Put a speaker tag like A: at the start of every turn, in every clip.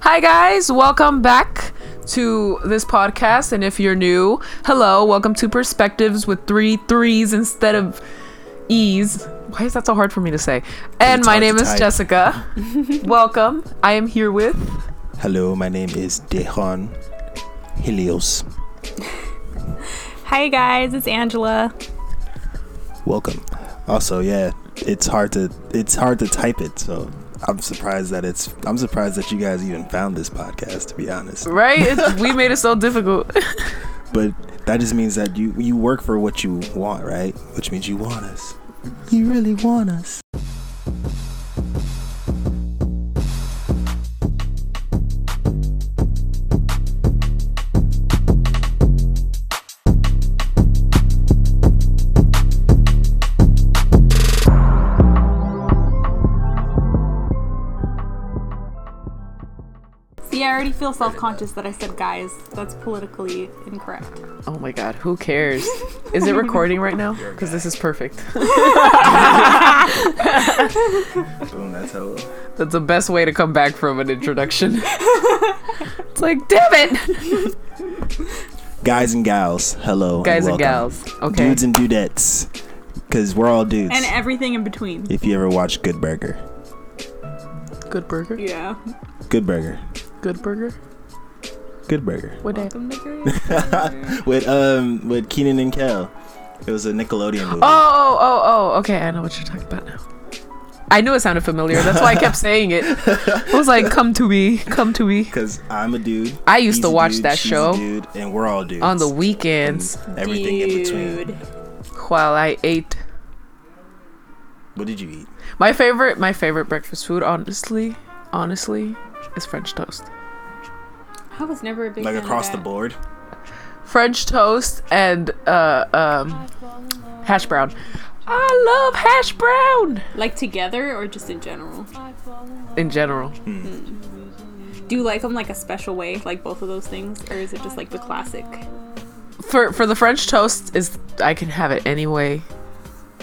A: Hi, guys. Welcome back to this podcast. And if you're new, hello. Welcome to Perspectives with three threes instead of E's. Why is that so hard for me to say? And
B: it's
A: my
B: hard to
A: name is
B: type.
A: Jessica. Welcome. I am here with.
B: Hello, my name is Dejan Helios.
C: Hi guys, it's Angela.
B: Welcome. Also, yeah, it's hard to it's hard to type it, so I'm surprised that it's I'm surprised that you guys even found this podcast to be honest.
A: Right? It's, we made it so difficult.
B: But that just means that you you work for what you want, right? Which means you want us. You really want us.
C: See, I already feel self-conscious that I said guys. That's politically incorrect.
A: Oh my God. Who cares? Is it recording right now? Because this is perfect.
B: Boom, that's how
A: That's the best way to come back from an introduction. it's like, damn it.
B: Guys and gals, hello. and
A: Guys and
B: welcome.
A: gals. Okay.
B: Dudes and dudettes. Cause we're all dudes.
C: And everything in between.
B: if you ever watch Good Burger.
A: Good burger.
C: Yeah.
B: Good Burger.
A: Good burger.
B: Good Burger.
A: What day?
C: Welcome to Grace.
B: with um with Keenan and Kel. It was a Nickelodeon movie.
A: Oh, oh, oh, oh. Okay, I know what you're talking about now. I knew it sounded familiar. That's why I kept saying it. I was like, "Come to me, come to me."
B: Cause I'm a dude.
A: I used
B: he's
A: to
B: a
A: watch
B: dude,
A: that
B: she's a
A: show
B: dude, and we're all dudes.
A: on the
B: And
A: weekends
B: everything in between.
C: Dude.
A: while I ate
B: What did you eat?
A: my favorite, my favorite breakfast food. Honestly, honestly, is French toast.
C: I was never a big
B: Like
C: fan of
B: across the
C: that.
B: board.
A: French toast and uh, um, hash brown. I love hash brown
C: Like together or just in general?
A: in general.
C: Do you like them like a special way, like both of those things, or is it just like the classic?
A: for for the French toast is I can have it anyway.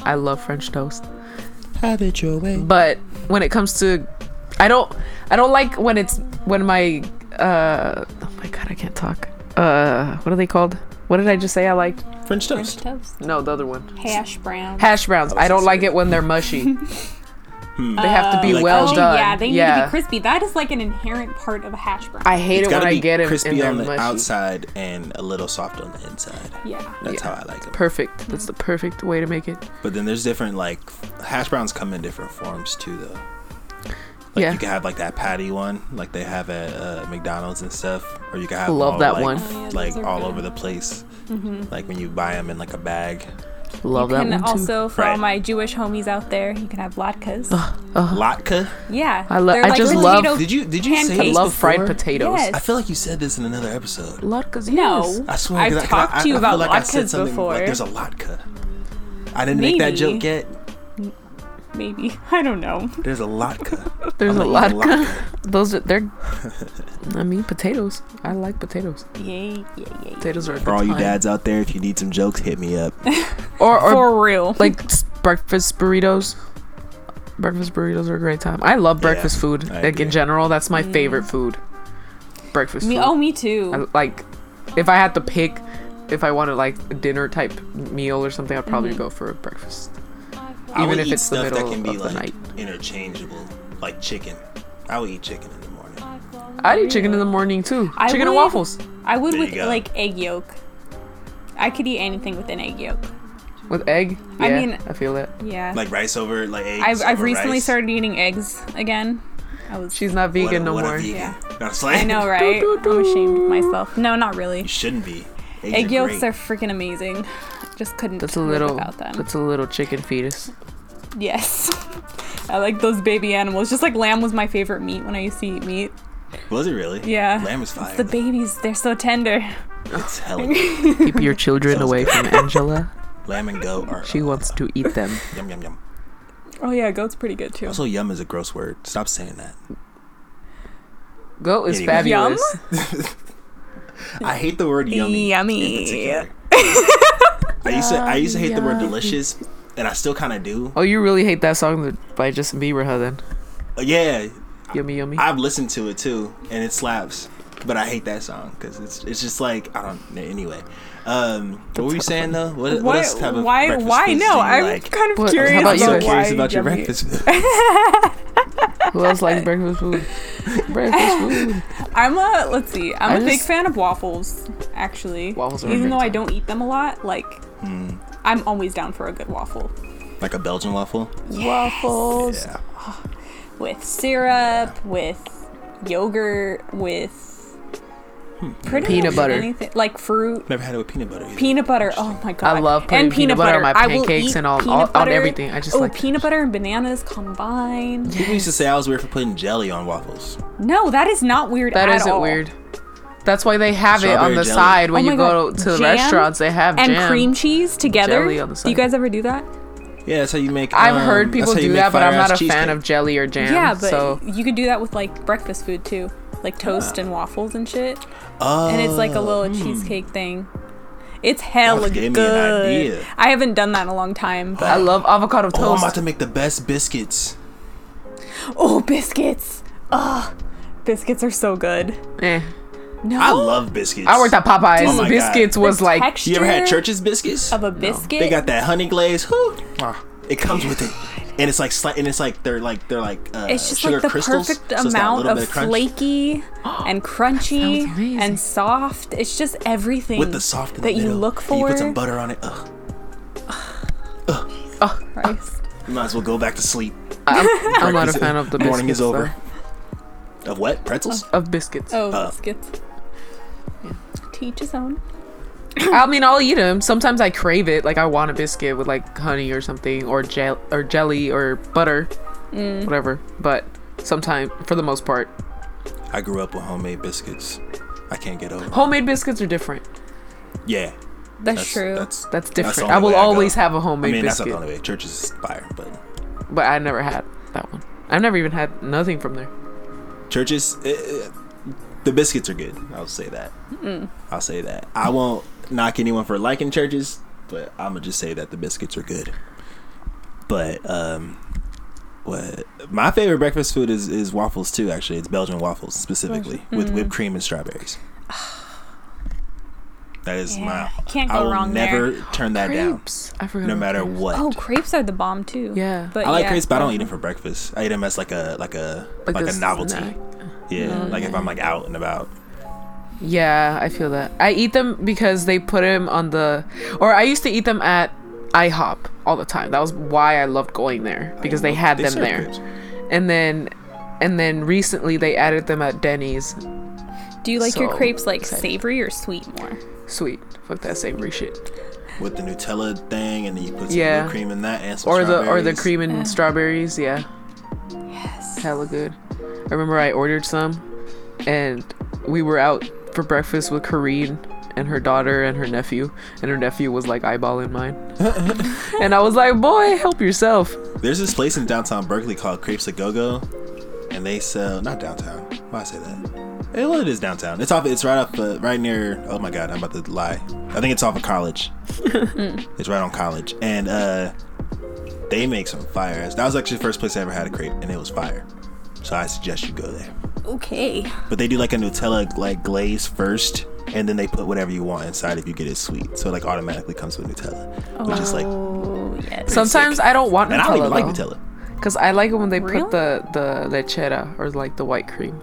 A: I love French toast. Have it your way. But when it comes to, I don't I don't like when it's when my uh oh my god I can't talk. Uh, what are they called? What did I just say I liked?
B: French
C: French
B: toast.
C: toast,
A: No, the other one.
C: hash brown.
A: Hash browns.
B: I was
A: I don't like
B: excited.
A: it when they're mushy. They have to be
B: Oh, like
A: well
C: oh
A: done.
C: yeah, they need to
A: Yeah.
C: be crispy. That is like an inherent part of a hash brown.
A: I hate
B: It's
A: it when
B: gotta
A: I
B: be
A: get it
B: crispy
A: and they're
B: on the
A: mushy.
B: outside and a little soft on the inside.
C: yeah.
B: That's
A: Yeah.
B: how I like it.
A: Perfect. That's the perfect way to make it.
B: But then there's different like hash browns come in different forms too though. Like
A: Yeah.
B: you can have like that patty one, like they have at uh, McDonald's and stuff, or you can have 'em
A: Love
B: all,
A: that
B: like,
A: one.
C: Oh, yeah, those
B: like
C: are
B: all
C: good. Mm-hmm.
B: over the place. Like when you buy them in like a bag.
A: Love
C: you
A: that
C: can
A: one too.
C: also, for all
B: Right.
C: my Jewish homies out there, you can have latkes.
A: Oh.
B: Latke.
C: Yeah,
A: I lo-
C: They're
A: I just
C: little
A: love-
C: potato-
B: Did you did you say
A: I
C: Pancakes.
B: this
A: love fried
B: before?
A: potatoes.
C: Yes.
B: I feel like you said this in another episode.
A: Latkes. yes.
C: No,
B: I swear. 'cause
C: I've
B: I- 'cause
C: talked
B: I-
C: to you
B: I feel
C: about
B: like I said
C: latkes
B: something
C: before.
B: Like, there's a latke. I didn't make that
C: Maybe.
B: joke yet.
C: Maybe I don't know.
B: There's a latke.
A: There's
B: I'm
A: a
B: gonna eat
A: lot. Of, those are they're. I mean potatoes. I like potatoes.
C: Yay, yay, yay!
A: Potatoes are a good
B: For all you
A: time.
B: dads out there, if you need some jokes, hit me up.
A: or or
C: For real,
A: like s- breakfast burritos. Breakfast burritos are a great time. I love breakfast food.
B: I
A: like
B: agree.
A: in general, that's my favorite food. Breakfast
C: Mm. me.
A: food.
C: Oh, me too.
A: I, like, if I had to pick, if I wanted like a dinner type meal or something, I'd probably
C: Mm-hmm.
A: go for a breakfast.
B: I
A: Even
B: would
A: if
B: eat
A: it's the
B: stuff
A: middle
B: that can
A: of
B: be
A: the
B: like
A: night.
B: interchangeable, like chicken. I would eat chicken in the morning.
A: I'd eat chicken in the morning too.
C: I
A: chicken and
C: would-
A: waffles
C: I would
B: There you
C: with
B: go.
C: like egg yolk. I could eat anything with an egg yolk.
A: with egg.
C: I
A: Yeah,
C: mean-
A: I feel that.
C: Yeah,
B: Like rice over like eggs.
C: I've, I've
B: over
C: recently
B: rice.
C: started eating eggs again. I was.
A: She's not
B: What a-
A: vegan no
B: what a
A: more.
B: vegan.
C: Yeah.
B: That's
C: I
B: like
C: know, right?
A: Do, do,
C: I'm ashamed
A: do.
C: of myself. No, not
B: you
C: really.
B: shouldn't be. Eggs
C: Egg yolks
B: great.
C: are freaking amazing. Just couldn't
A: That's a
C: live
A: little.
C: without them.
A: That's a little chicken fetus.
C: Yes. I like those baby animals. Just like lamb was my favorite meat when I used to eat meat.
B: Was it really?
C: Yeah.
B: Lamb is fire.
C: The babies, they're so tender.
B: It's hella good.
A: Keep your children
B: Sounds
A: away from Angela.
B: Lamb and goat are
A: She wants to eat them.
B: yum yum yum.
C: Oh yeah, goat's pretty good too.
B: Also, yum is a gross word. Stop saying that.
A: Goat is
B: Anyway.
A: fabulous.
B: I hate the word yummy.
C: Yummy.
B: In particular. I used to I used to hate the word delicious, and I still kind of do.
A: Oh, you really hate that song that- by Justin Bieber, huh? Then
B: Uh, Yeah,
A: Yummy, yummy.
B: I've listened to it too, and it slaps. But I hate that song because it's it's just like I don't. Anyway, um, what were you saying though? What, what else type of
C: why?
B: breakfast
C: Why?
B: foods do
C: No,
B: you
C: I'm
B: like?
C: kind of
A: What- how
C: curious.
A: about
B: I'm so
A: you?
B: curious about your
C: yummy-
B: breakfast.
A: Who else likes breakfast food? breakfast food.
C: I'm a let's see. I'm
A: I
C: am a big
A: just-
C: fan of waffles, actually.
A: Waffles are a
C: Even
A: great
C: though I
A: time.
C: don't eat them a lot, like
B: Hmm.
C: I'm always down for a good waffle
B: like a Belgian waffle.
C: waffles
B: Yeah.
C: with syrup, with yogurt, with
B: Hmm.
C: pretty
A: Peanut
C: much
A: butter.
C: anything like fruit.
B: Never had it with peanut butter. Either.
C: Peanut butter, oh my god!
A: I love putting peanut butter on my
C: I will
A: pancakes
C: eat
A: and all-
C: peanut
A: all- on
C: butter.
A: everything. I just
C: oh,
A: like-
C: peanut butter and bananas combined.
B: People used to say I was weird for putting jelly on waffles.
C: No, that is not weird.
A: That
C: at
A: isn't
C: all.
A: weird. That's why they have it on
B: Strawberry
A: the
B: jelly.
A: side when
C: Oh
A: you
C: my
A: go
C: God.
A: to the
C: Jam
A: restaurants. They have
C: and
A: jam.
C: cream cheese together.
A: Jelly on the
C: Do
A: side.
C: you guys ever do that?
B: Yeah, that's how you make.
A: I've
B: um,
A: heard
B: that's
A: people
B: how you
A: do
B: make
A: that, but I'm
B: fire-ass
A: not a fan
B: cheesecake.
A: of jelly or jam.
C: Yeah, but
A: so
C: you could do that with like breakfast food too, like toast and waffles and shit.
B: Oh,
C: And it's like a little
A: hmm.
C: cheesecake thing. It's hella
B: gave me an
C: good.
B: idea.
C: I haven't done that in a long time. But
A: I love avocado
B: Oh, I'm
A: toast.
B: about to make the best biscuits.
C: oh, biscuits! Ugh, biscuits are so good.
A: Eh.
C: No,
B: I love biscuits.
A: I worked at Popeyes.
B: Oh my God.
A: Biscuits was
C: the
A: like
C: texture
B: You ever had Church's biscuits?
C: of a biscuit.
B: They got that honey glaze. Whew.
A: Ah.
B: It comes with it, and it's like sli- and it's like they're like they're like uh,
C: it's just
B: sugar
C: like the
B: crystals.
C: perfect
B: so it's got a
C: amount
B: little
C: of,
B: bit crunch.
C: flaky
A: sounds
C: and crunchy
A: amazing.
C: and soft. It's just everything
B: with the soft in
C: that
B: the
C: you
B: middle.
C: look
B: And
C: for.
B: you put some butter on it. Ugh.
C: Christ.
B: You might as well go back to sleep.
A: I'm, I'm not a fan of the biscuits.
B: morning is over.
A: though.
B: Of what? Pretzels?
A: Of biscuits.
C: Oh,
B: Uh,
C: biscuits. To each his own.
A: I mean, I'll eat them. Sometimes I crave it. Like I want a biscuit with like honey or something, or gel, or jelly, or butter, whatever. But sometimes, for the most part, Oh.
B: I grew up with homemade biscuits. I can't get over. it.
A: homemade biscuits are different.
B: Yeah,
C: That's, true.
A: That's
B: the
A: different.
B: only
A: I will
B: way go.
A: always have a homemade
B: I mean, that's
A: biscuit.
B: not the only way. Church's is fire, but
A: but I never had that one. I've never even had nothing from there.
B: churches, eh, eh, the biscuits are good. I'll say that.
C: Hmm.
B: I'll say that. I won't knock anyone for liking churches, but I'm gonna just say that the biscuits are good. But um, what my favorite breakfast food is is waffles too. Actually, it's Belgian waffles specifically with whipped
C: Hmm.
B: cream and strawberries. That is
C: Yeah,
B: my.
C: can't
B: I
C: go
B: will
C: wrong
B: never
C: there.
B: turn that
A: Crepes. I forgot.
B: down, no
A: about
B: matter
A: crepes.
B: what.
C: Oh, crepes are the bomb too.
A: Yeah.
C: but
B: I like
C: yeah. uh-huh.
B: crepes, but I don't eat them for breakfast. I eat them as like a like a like, a,
A: snack.
B: novelty.
C: Oh,
B: Yeah, like if I'm like out and about.
A: Yeah, I feel that. I eat them because they put them on the, or I used to eat them at IHOP all the time. That was why I loved going there because they had them
B: serve
A: there.
B: crepes.
A: And then, and then recently they added them at Denny's.
C: Do you like your
A: So
C: crepes like
A: excited.
C: savory or sweet more?
A: Sweet, fuck that savory shit.
B: with the Nutella thing, and then you put some
A: Yeah.
B: whipped cream in that, and some
A: Or the or the
B: strawberries.
A: cream and strawberries. Yeah. Yes. Hella good. I remember I ordered some, and we were out for breakfast with Corrine and her daughter and her nephew, and her nephew was like eyeballing mine, and I was like, "Boy, help yourself."
B: There's this place in downtown Berkeley called Crepes a Go Go, and they sell not downtown. Why I say that? Eh, well, it is downtown. It's off. It's right up. Uh, right near. Oh my god, I'm about to lie. I think it's off of College. it's right on College, and uh, they make some fire. ass- That was actually the first place I ever had a crepe, and it was fire. So I suggest you go there.
C: Okay.
B: But they do like a Nutella like glaze first, and then they put whatever you want inside if you get it sweet. So it like automatically comes with Nutella, which is like.
C: Oh yes.
A: Sometimes I don't want
B: And I don't even like
A: Nutella though,
B: Nutella.
A: because I like it when they
C: Really?
A: put the the lechera or like the white cream,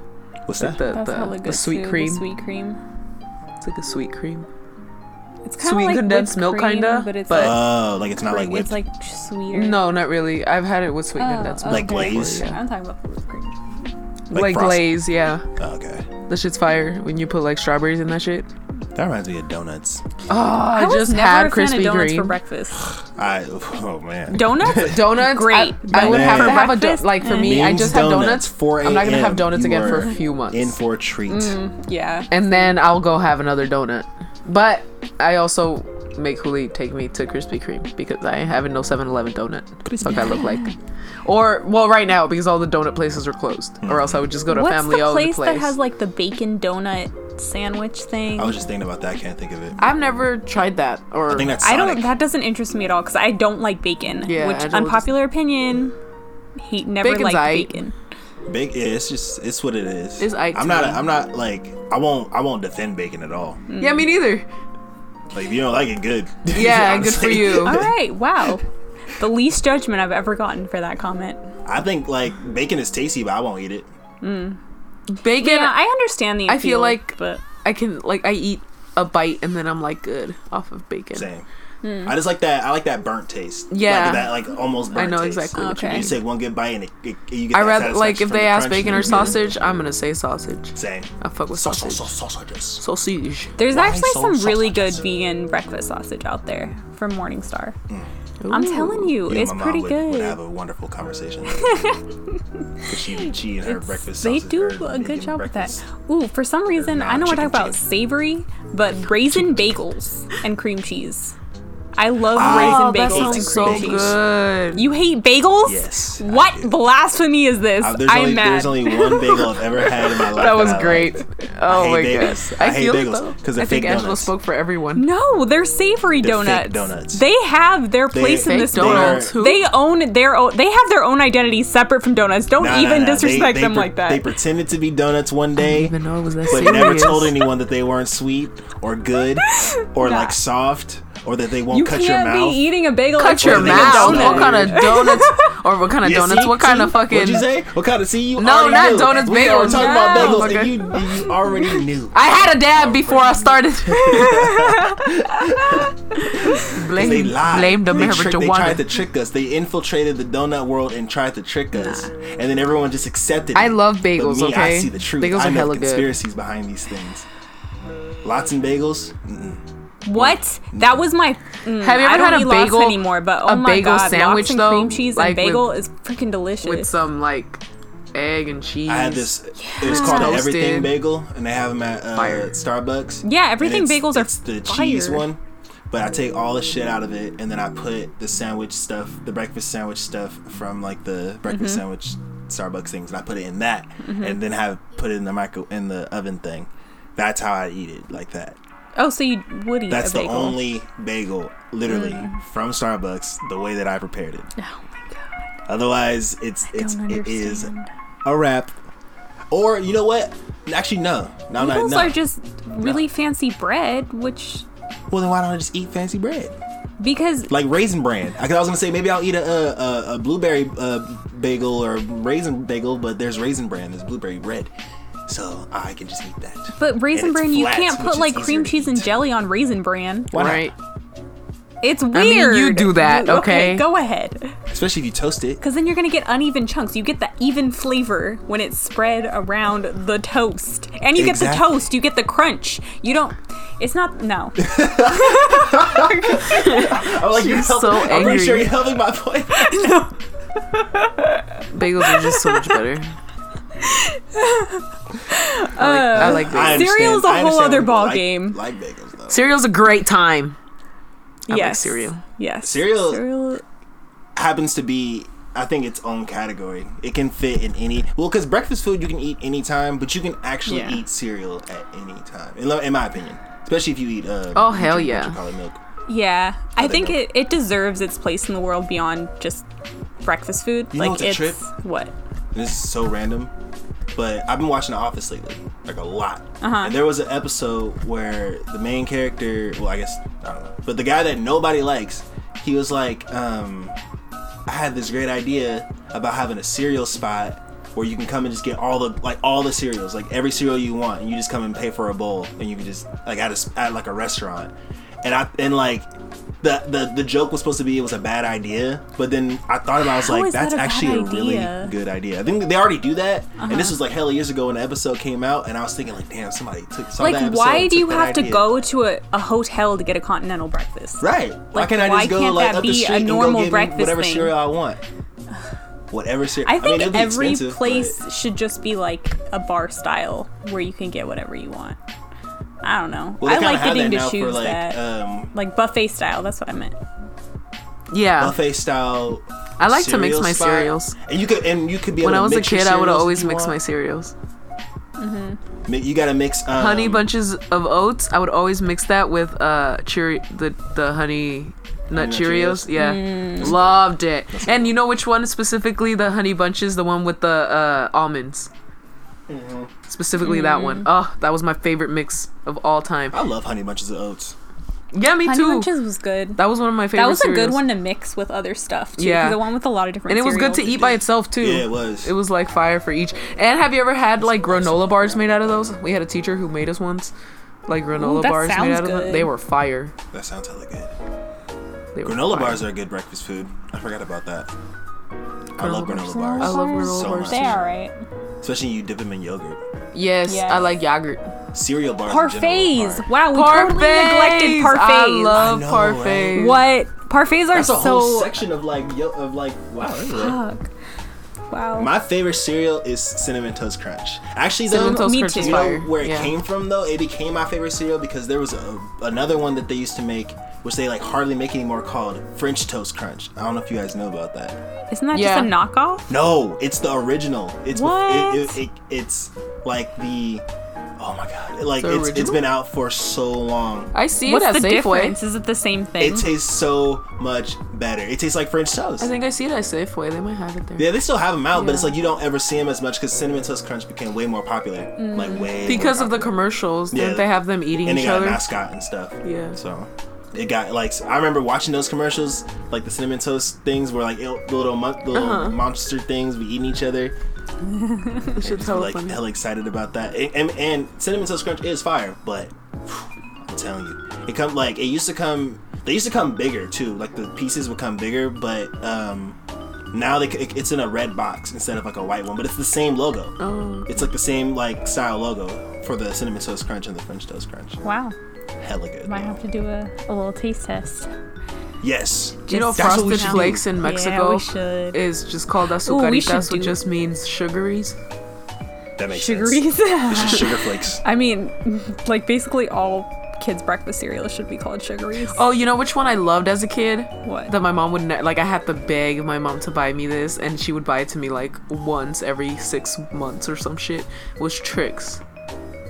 B: What's
A: like
B: that?
A: the
C: That's hella
A: the,
C: good
A: the sweet
C: too,
A: cream.
C: The sweet cream.
A: It's like a sweet cream.
C: It's kind
A: Sweet
C: of like
A: condensed
C: whipped
A: milk
C: cream,
A: kinda,
C: but it's
A: but-
C: like,
B: Oh, like it's not like
C: like
B: whipped.
C: it's like sweeter.
A: No, not really. I've had it with sweet
C: Oh,
A: condensed
C: okay.
A: milk.
B: Ah, Like glaze?
A: Yeah.
C: I'm talking about the whipped cream.
B: Like
A: Like,
B: frosting.
A: glaze, yeah.
B: Oh, okay.
A: That shit's fire when you put like strawberries in that shit.
B: That reminds me of donuts.
A: Oh, I,
C: I was
A: just
C: never
A: had
C: a fan of
A: Krispy
C: donuts for
A: Kreme.
C: breakfast.
B: I oh man.
C: Donuts?
A: Donuts,
C: Great.
A: I, I would
B: Man.
A: have to
B: For
A: have a donut.
C: breakfast?
A: Like for me, I
B: Beans
A: just have donuts.
B: 4
A: I'm not gonna have
B: a.m.,
A: donuts
B: you
A: again for
B: are
A: a few months, Mm.
B: In for a treat.
C: yeah.
A: and then I'll go have another donut. But I also make Huli take me to Krispy Kreme because I ain't having no 7-Eleven donut. Fuck, I look like. Or well, right now because all the donut places are closed, or else I would just go to
C: What's
A: family
C: the
A: owned
C: place,
A: place.
C: that has like the bacon donut sandwich thing?
B: I was just thinking about that. I can't think of it. I
A: I've never tried that. Or
B: think that's
C: I
B: Sonic.
C: don't. That doesn't interest me at all because I don't like bacon.
A: Yeah, I
C: which
A: don't-
C: unpopular opinion. He never
A: Bacon's
C: liked
A: aight.
C: bacon.
B: Big, yeah, it's just it's what it is.
A: It's Ike
B: I'm not.
A: to
B: A,
A: me.
B: I'm not like I won't. I won't defend bacon at all.
A: Yeah, me neither.
B: Like if you don't like it, good.
A: Yeah, good for
B: Honestly.
A: you.
C: All right, wow. The least judgment I've ever gotten for that comment.
B: I think like bacon is tasty, but I won't eat it.
A: Bacon.
C: Yeah, I understand the.
A: I feel
C: appeal,
A: like-
C: but
A: I can like I eat a bite and then I'm like good off of bacon.
B: Same. I just like that. I like that burnt taste.
A: Hmm. Yeah.
B: like, that like almost.
A: I
B: Burnt
A: know
B: taste.
A: exactly what you
C: Okay.
B: You
A: mean.
B: just take one good bite and it, it, you get.
A: I
B: that
A: rather like
B: satisfaction
A: if
B: from
A: they
B: the
A: ask
B: crunch
A: bacon
B: and
A: or
B: everything.
A: sausage, I'm gonna say sausage.
B: Same.
A: I fuck with
B: Saus- saus-
A: sausage.
B: sausages.
A: Sausage.
C: there's
B: Why
C: actually
B: so
C: some really good
B: sausages?
C: vegan breakfast sausage out there from Morningstar. I'm
A: Ooh.
C: telling you,
B: You and
C: it's
B: my mom
C: pretty
B: would,
C: good.
B: Would have a wonderful conversation. 'Cause she, she and her breakfast.
C: They
B: sausage-
C: do
B: her
C: a
B: vegan
C: good job
B: breakfast.
C: with that. Ooh, for some reason, I know we're talking
B: non-chicken
C: about
B: chicken.
C: savory, but raisin bagels and cream cheese. I love
A: Oh, that
C: raisin bagels and
A: sounds so
C: cream cheese.
A: good.
C: You hate bagels?
B: Yes, I
C: What
B: do.
C: blasphemy is this?
B: Uh, there's,
C: I'm
B: only,
C: mad.
B: there's only one bagel I've ever had in my life.
A: That was
B: I liked.
A: great. Oh
B: hate
A: my
B: bagels.
A: god.
B: I
A: I,
B: hate
A: feel
B: bagels
A: it
B: 'cause
A: though.
B: they're
A: I think
B: fake
A: Angela
B: donuts.
A: spoke for everyone.
C: no, they're savory
B: They're fake
C: donuts.
B: donuts.
C: They have their place in
A: Fake
C: this
A: donuts.
B: They
A: Who?
C: world. They own their own. They have their own identity separate from donuts. Don't
B: Nah, nah,
C: even
B: nah. They-
C: disrespect
B: they
C: them
B: pre-
C: like that.
B: They pretended to be donuts one day,
A: even know it was that
B: but
A: serious.
B: never told anyone that they weren't sweet or good or like soft or that they won't
C: you
B: cut your
C: can't
B: mouth.
C: be eating a bagel.
A: Cut
B: Or
A: your
B: they
A: mouth.
B: don't
A: What
B: smell
A: kind of donuts? Or what kind of
B: Yeah,
A: donuts?
B: see?
A: What kind of
B: See? What'd you
A: fucking?
B: say? What kind of? See, you
A: No,
B: already
A: not
B: knew.
A: donuts,
B: We were
A: bagels.
B: talking about
A: No.
B: bagels,
A: Okay.
B: and you, you already knew.
A: I had a
B: Oh,
A: dab before I started.
B: They
A: blame,
B: lied.
A: blame the
B: they, tricked- they tried to
A: marijuana.
B: trick us. They infiltrated the donut world and tried to trick us, and then everyone just accepted.
A: I
B: it.
A: love
B: But
A: bagels,
B: Me, I
A: okay?
B: see the truth.
A: Bagels
B: I
A: are
B: know
A: hella
B: the
A: good.
B: conspiracies behind these things. Lots and bagels.
C: What? That was my. mm,
A: Have you
C: I
A: ever
C: don't
A: had a
C: eat lots
A: bagel-
C: anymore? But oh
A: a
C: my
A: bagel
C: god,
A: sandwich,
C: lox and
A: though?
C: cream cheese
A: Like,
C: and
A: with-
C: bagel is freaking delicious.
A: With some like egg and cheese.
B: I had this. It was called an
A: Toasted.
B: everything bagel, and they have them at uh,
A: Fire.
B: Starbucks.
C: Yeah,
B: And
C: everything
B: it's-
C: bagels are
B: it's the cheese
C: fire.
B: one. But I take all the shit out of it, and then I put the sandwich stuff, the breakfast sandwich stuff from like the breakfast
C: Mm-hmm.
B: sandwich Starbucks things, and I put it in that, and then have put it in the micro in the oven thing. That's how I eat it, like that.
C: oh, so you would eat
B: That's
C: a
B: the
C: bagel? Mm.
B: only bagel, literally from Starbucks, the way that I prepared it.
C: oh my god,
B: Otherwise, it's it's
C: don't
B: it is
C: understand.
B: a wrap. Or you know what? Actually, no. No, no,
C: Bagels
B: no.
C: are just really fancy bread, which
B: well, then why don't I just eat fancy bread
C: because
B: like raisin bran? I, 'cause I was gonna say maybe I'll eat a a, a, a blueberry uh, bagel or raisin bagel, but there's raisin bran, there's blueberry bread, so I can just eat that.
C: but raisin
B: And it's
C: bran you
B: flat,
C: can't
B: which
C: put
B: is
C: like
B: easier
C: cream
B: to
C: cheese and
B: eat.
C: jelly on raisin bran.
B: Why not?
A: right.
C: It's weird.
A: mean, you do that,
C: You-
A: okay?
C: Go ahead,
B: Especially if you toast it.
C: because then you're gonna get uneven chunks. You get the even flavor when it's spread around the toast, and you get the
B: Exactly.
C: toast. You get the crunch. You don't. It's not no.
B: I'm like, you're
A: so
B: helping- I'm pretty
A: angry.
B: sure you're helping my point.
A: Bagels are just so much better. I like, I like bagels.
B: Uh, I understand-
C: Cereal's a
B: I
C: whole
B: understand
C: other
B: people
C: ball
B: like-
C: game.
B: Like bagels though.
A: Cereal's a great time. I
C: yes.
A: like cereal.
C: Yes.
B: Cereal-
C: Cereal.
B: happens to be I think its own category. It can fit in any well, because breakfast food you can eat anytime, but you can actually
A: Yeah.
B: eat cereal at any time. In, lo- in my opinion, especially if you eat uh,
A: Oh,
B: you
A: hell
B: drink what
A: yeah.
B: you call it milk.
C: Yeah. I
B: they
C: think
B: know.
C: it, it deserves its place in the world beyond just breakfast food.
B: You know
C: like
B: what's a
C: it's
B: trip?
C: what?
B: And this is so random, but I've been watching The Office lately, like a lot.
C: Uh-huh.
B: And there was an episode where the main character, well, I guess I don't know, but the guy that nobody likes, he was like, um, I had this great idea about having a cereal spot where you can come and just get all the like all the cereals, like every cereal you want, and you just come and pay for a bowl, and you can just like at a s- at like a restaurant, and I and like. The, the, the joke was supposed to be it was a bad idea, but then I thought about it, I was
C: How
B: like,
C: is that
B: that's
C: a bad
B: actually a really
C: idea?
B: good idea. I think they already do that, and
C: Uh-huh.
B: this was like hella years ago when the episode came out, and I was thinking like, damn, somebody took some of that
C: Like
B: episode
C: why
B: and
C: do
B: took
C: you
B: that
C: have to
B: idea.
C: go to a, a hotel to get a continental breakfast?
B: Right? why
C: Like,
B: can't I
C: why
B: just go
C: can't
B: like
C: that
B: up the
C: be a
B: street and go
C: normal
B: get me
C: breakfast
B: whatever
C: thing?
B: cereal I want? Whatever cereal.
C: I think
B: it'd be
C: every
B: expensive,
C: place
B: but-
C: should just be like a bar style where you can get whatever you want. I don't know.
B: Well, they
C: I
B: kinda
C: like
B: have
C: getting
B: that
C: to
B: now for,
C: choose
B: like,
C: that.
B: Um,
C: like buffet style, that's what I meant.
A: Yeah.
B: buffet style.
A: I like to mix
B: cereal
A: my
B: spot.
A: cereals.
B: And you could and you could be.
A: When I
B: able
A: was
B: to
A: a
B: mix your
A: kid, I would have
B: cereals
A: always
B: if you
A: mixed my
B: want.
A: cereals.
B: Mi- You gotta mix um,
A: honey bunches of oats. I would always mix that with uh, Cheerio, the the honey nut Cheerios. Yeah, loved it. And you know which one specifically? The honey bunches, the one with the uh, almonds. Specifically that one. Oh, that was my favorite mix of all time.
B: I love honey bunches of oats.
A: Yeah, me
C: Honey
A: too.
C: Bunches was good.
A: That was one of my favorite.
C: That was a good
A: cereals.
C: one to mix with other stuff too.
A: Yeah.
C: Yeah, the one with a lot of different.
A: and it was good to
C: cereals.
A: eat by itself too.
B: Yeah, it was.
A: It was like fire for each. And have you ever had like granola bars made out of those? We had a teacher who made us once, like granola
C: Ooh, that
A: bars made
C: sounds
A: out of them.
C: good.
A: They were fire.
B: That sounds hella good.
A: They were
B: Granola
A: fire.
B: bars are a good breakfast food. I forgot about that. I love
A: bars.
B: granola
A: Oh.
B: bars.
A: I love granola
B: Oh, so
A: bars.
B: much.
C: They are right.
B: Especially you dip them in yogurt.
A: Yes,
C: Yes.
A: I like yogurt.
B: Cereal bars. in general are
C: Parfaits.
B: hard.
C: Wow, we totally neglected parfaits.
A: I love
B: I know, right?
A: parfaits.
C: what parfaits are
B: That's a
C: so.
B: whole section of like yo- of like wow. that's it.
C: Fuck. Wow.
B: My favorite cereal is cinnamon toast crunch. Actually, though,
A: Cinnamon Toast
C: me
A: Crunch
C: too.
A: is
B: you know
A: fire.
B: where it
A: Yeah.
B: came from though? It became my favorite cereal because there was a, another one that they used to make, which they like hardly make anymore, called French toast crunch. I don't know if you guys know about that.
C: Isn't that
A: Yeah.
C: just a knockoff?
B: No, it's the original. It's
C: What?
B: It, it, it, it's like the oh my god! Like
A: The
B: it's it's
A: original?
B: been out for so long.
A: I see
C: What's
A: it
C: the
A: at Safeway.
C: difference? Is it the same thing?
B: It tastes so much better. It tastes like French toast.
A: I think I see it at Safeway. They might have it there.
B: yeah, they still have them out, but it's
A: Yeah.
B: like you don't ever see them as much because cinnamon toast crunch became way more popular. Like way
A: Mm. Because
B: more
A: of the
B: popular.
A: commercials,
B: Yeah.
A: didn't they have them eating
B: and they
A: each
B: got a
A: other?
B: mascot and stuff.
A: Yeah.
B: So it got like I remember watching those commercials, like the cinnamon toast things, where like the little mon- little
A: Uh-huh.
B: monster things be eating each other.
A: It's just hella
B: like
A: funny.
B: hella excited about that. And, and, and cinnamon toast crunch is fire, but I'm telling you, it come like it used to come. They used to come bigger too. Like the pieces would come bigger, but um, now they c- it, it's in a red box instead of like a white one. But it's the same logo.
A: Oh.
B: It's like the same like style logo for the cinnamon toast crunch and the French toast crunch.
C: wow.
B: Hella good.
C: Might
B: though.
C: have to do a, a little taste test.
B: Yes.
A: You know,
B: That's what we
A: frosted
B: should do.
A: flakes in Mexico
C: we should.
A: is just called
C: Ooh, we should
A: azucaritas, which
C: do-
A: just means sugaries.
B: That makes sense.
C: Sugary. Oh.
B: It's just sugar flakes.
C: I mean, like basically all kids' breakfast cereals should be called sugary.
A: Oh, you know which one I loved as a kid?
C: What?
A: That my mom would ne- like. I had to beg my mom to buy me this, and she would buy it to me like once every six months or some shit. Was tricks.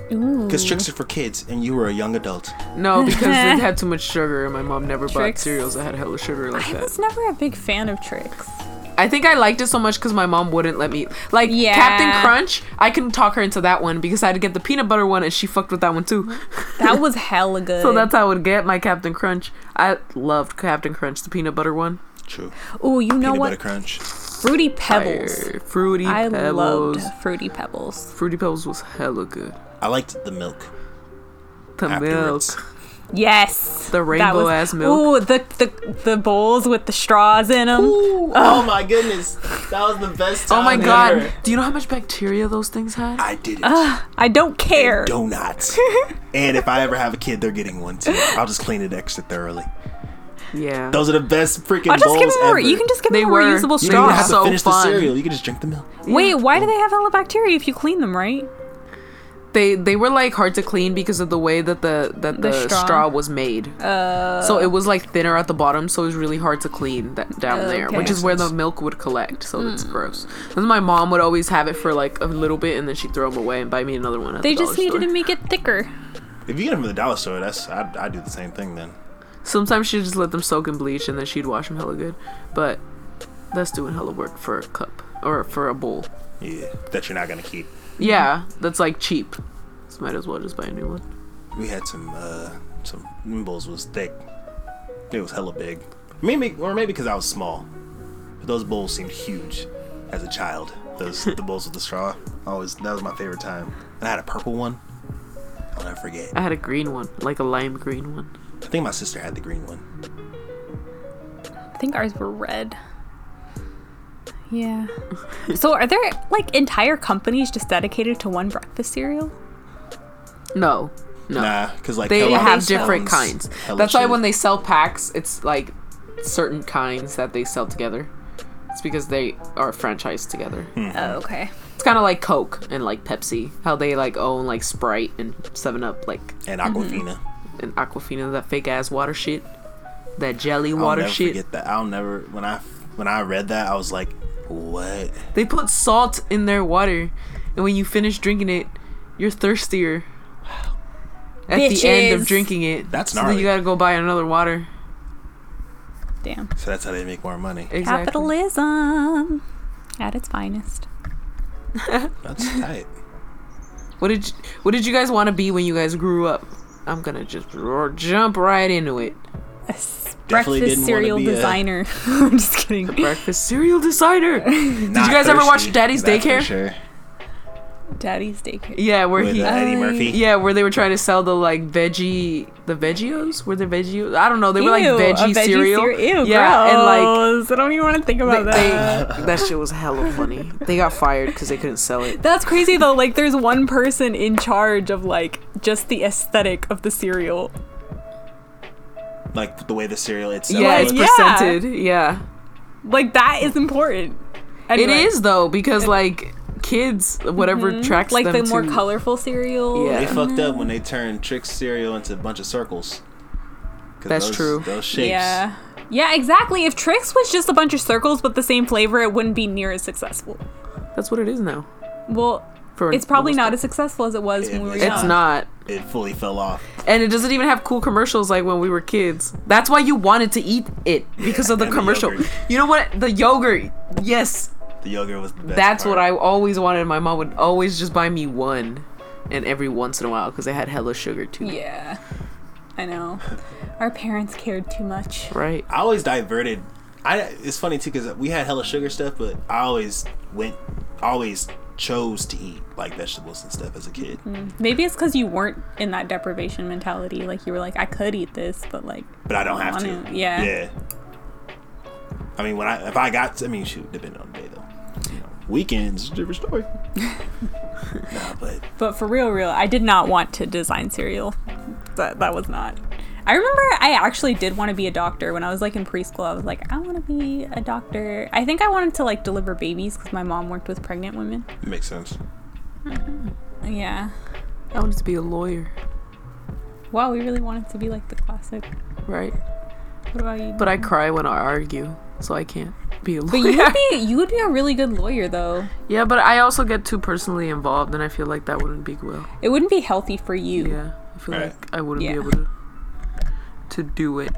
B: Because tricks are for kids, and you were a young adult.
A: No, because it had too much sugar, and my mom never bought
C: Trix.
A: cereals that had hella sugar like
C: I
A: that.
C: was never a big fan of tricks.
A: I think I liked it so much because my mom wouldn't let me. Like
C: Yeah.
A: Captain Crunch, I can talk her into that one because I had to get the peanut butter one, and she fucked with that one too.
C: That was hella good.
A: so that's how I would get my Captain Crunch. I loved Captain Crunch, the peanut butter one.
B: True.
C: Oh, you know
B: Peanut
C: what?
B: butter crunch.
C: Fruity Pebbles.
A: Fire. Fruity
C: I
A: Pebbles.
C: loved Fruity Pebbles.
A: Fruity Pebbles was hella good.
B: I liked the milk.
A: The
B: afterwards.
A: milk.
C: Yes.
A: The
C: That
A: rainbow ass milk.
C: Ooh, the, the the bowls with the straws in them.
B: Ooh, oh my goodness, that was the best. Time
A: Oh my
B: ever.
A: god. Do you know how much bacteria those things had?
B: I did it.
C: I don't care.
B: Donuts. and if I ever have a kid, they're getting one too. I'll just clean it extra thoroughly.
A: Yeah.
B: Those are the best freaking
C: I'll just
B: bowls
C: give them.
B: ever.
C: A, you can just give
A: They
C: them a
A: were.
C: reusable
B: You don't
C: straw.
B: even have
A: So
B: to finish
A: fun.
B: the cereal. You can just drink the milk.
C: Wait, why do they have hella bacteria if you clean them, right?
A: they they were like hard to clean because of the way that the that the,
C: The
A: straw.
C: straw. Uh,
A: was made. so it was like thinner at the bottom, so it was really hard to clean that down there,
C: Okay. Hmm.
A: which is where the milk would collect. So it's gross. And my mom would always have it for like a little bit, and then she'd throw them away and buy me another one. At
C: They
A: the
C: just
A: dollar
C: needed
A: store.
C: to make it thicker.
B: If you get them from the dollar store, that's I, I do the same thing then.
A: Sometimes she'd just let them soak in bleach, and then she'd wash them hella good. But that's doing hella work for a cup or for a bowl.
B: Yeah, that you're not gonna keep.
A: Yeah, that's like cheap. So might as well just buy a new one.
B: We had some uh some them bowls was thick. It was hella big. Maybe or maybe because I was small. But those bowls seemed huge as a child. Those the bowls with the straw. Always that was my favorite time. And I had a purple one. I'll never forget.
A: I had a green one, like a lime green one.
B: I think my sister had the green one.
C: I think ours were red. Yeah. so are there like entire companies just dedicated to one breakfast cereal?
A: No, no.
B: Nah, because like
A: Oh. they
B: Kellogg's
A: have different
B: owns
A: kinds.
B: hella
A: That's why
B: shit.
A: when they sell packs, it's like certain kinds that they sell together. It's because they are franchised together.
B: Hmm.
C: Oh, okay.
A: It's kind of like Coke and like Pepsi, how they like own like Sprite and Seven Up, like
B: and Aquafina.
A: Mm-hmm. and Aquafina, that fake ass water shit, that jelly
B: I'll
A: water
B: never
A: shit.
B: forget that. I'll never when I when I read that I was like, what?
A: They put salt in their water, and when you finish drinking it, you're thirstier. At the end of
C: Bitches.
A: drinking it,
B: That's
A: so then
B: gnarly.
A: you gotta go buy another water.
C: Damn.
B: So that's how they make more money.
A: Exactly.
C: Capitalism at its finest.
B: That's tight.
A: What did you, what did you guys want to be when you guys grew up? I'm gonna just r- jump right into it.
B: Definitely
C: Breakfast
B: didn't wanna
C: cereal
B: be a-
C: designer. I'm just kidding.
A: Breakfast cereal designer. Did you guys ever watch Daddy's Daycare?
B: Sure.
C: Daddy's daycare.
A: Yeah, where
B: With
A: he
B: uh, Eddie
C: I-
B: Murphy.
A: yeah where they were trying to sell the like veggie the veggios were the veggios I don't know they were like
C: Ew, a
A: veggie, cereal
C: cere- Ew,
A: yeah and like
C: gross. I don't even want to think about
A: they,
C: that.
A: they- that shit was hella funny they got fired because they couldn't sell it
C: That's crazy though. Like, there's one person in charge of like just the aesthetic of the cereal.
B: Like the way the cereal itself.
A: yeah it's
B: looks.
C: yeah.
A: presented yeah
C: Like that is important.
A: It
C: Anyway, Mm-hmm.
A: is though because like kids whatever attracts
C: like
A: them
C: the more
A: to-
C: colorful cereal.
A: Yeah. Mm-hmm.
B: They fucked up when they turned Trick cereal into a bunch of circles. 'Cause
A: That's
B: those-
A: true.
B: Those shapes.
C: Yeah. Yeah, exactly. If Trix was just a bunch of circles with the same flavor, it wouldn't be near as successful.
A: that's what it is now
C: Well,
A: For
C: it's probably
A: the most
C: not as successful as it was
B: It
C: when we were
B: is
C: young.
A: It's not.
B: It fully fell off.
A: And it doesn't even have cool commercials like when we were kids. That's why you wanted to eat it because of the
B: and the
A: commercial.
B: yogurt.
A: you know what? The yogurt. Yes,
B: The yogurt was the best.
A: that's what I
B: part.
A: always wanted. My mom would always just buy me one and every once in a while because it had hella sugar too.
C: Yeah. I know. Our parents cared too much.
A: Right?
B: I always diverted. I it's funny too because we had hella sugar stuff, but I always went, always chose to eat like vegetables and stuff as a kid.
C: Maybe it's because you weren't in that deprivation mentality. Like, you were like, I could eat this, but like,
B: but I don't have
C: Want
B: to.
C: it, yeah.
B: Yeah. I mean, when I if I got, to, I mean, shoot, depending on the day though. You know, weekends, different story. nah, but
C: But for real, real, I did not want to design cereal. That that was not. I remember I actually did want to be a doctor when I was like in preschool. I was like, I want to be a doctor. I think I wanted to like deliver babies because my mom worked with pregnant women.
B: it makes sense.
C: Yeah.
A: I wanted to be a lawyer,
C: Wow, we really wanted to be like the classic.
A: right?
C: What about you?
A: But I cry when I argue, so I can't be a
C: But
A: lawyer.
C: you would be you would be a really good lawyer though.
A: yeah, but I also get too personally involved, and I feel like that wouldn't be well.
C: It wouldn't be healthy for you.
A: Yeah, I feel
B: Right.
A: like I wouldn't
C: Yeah.
A: be able to to do it.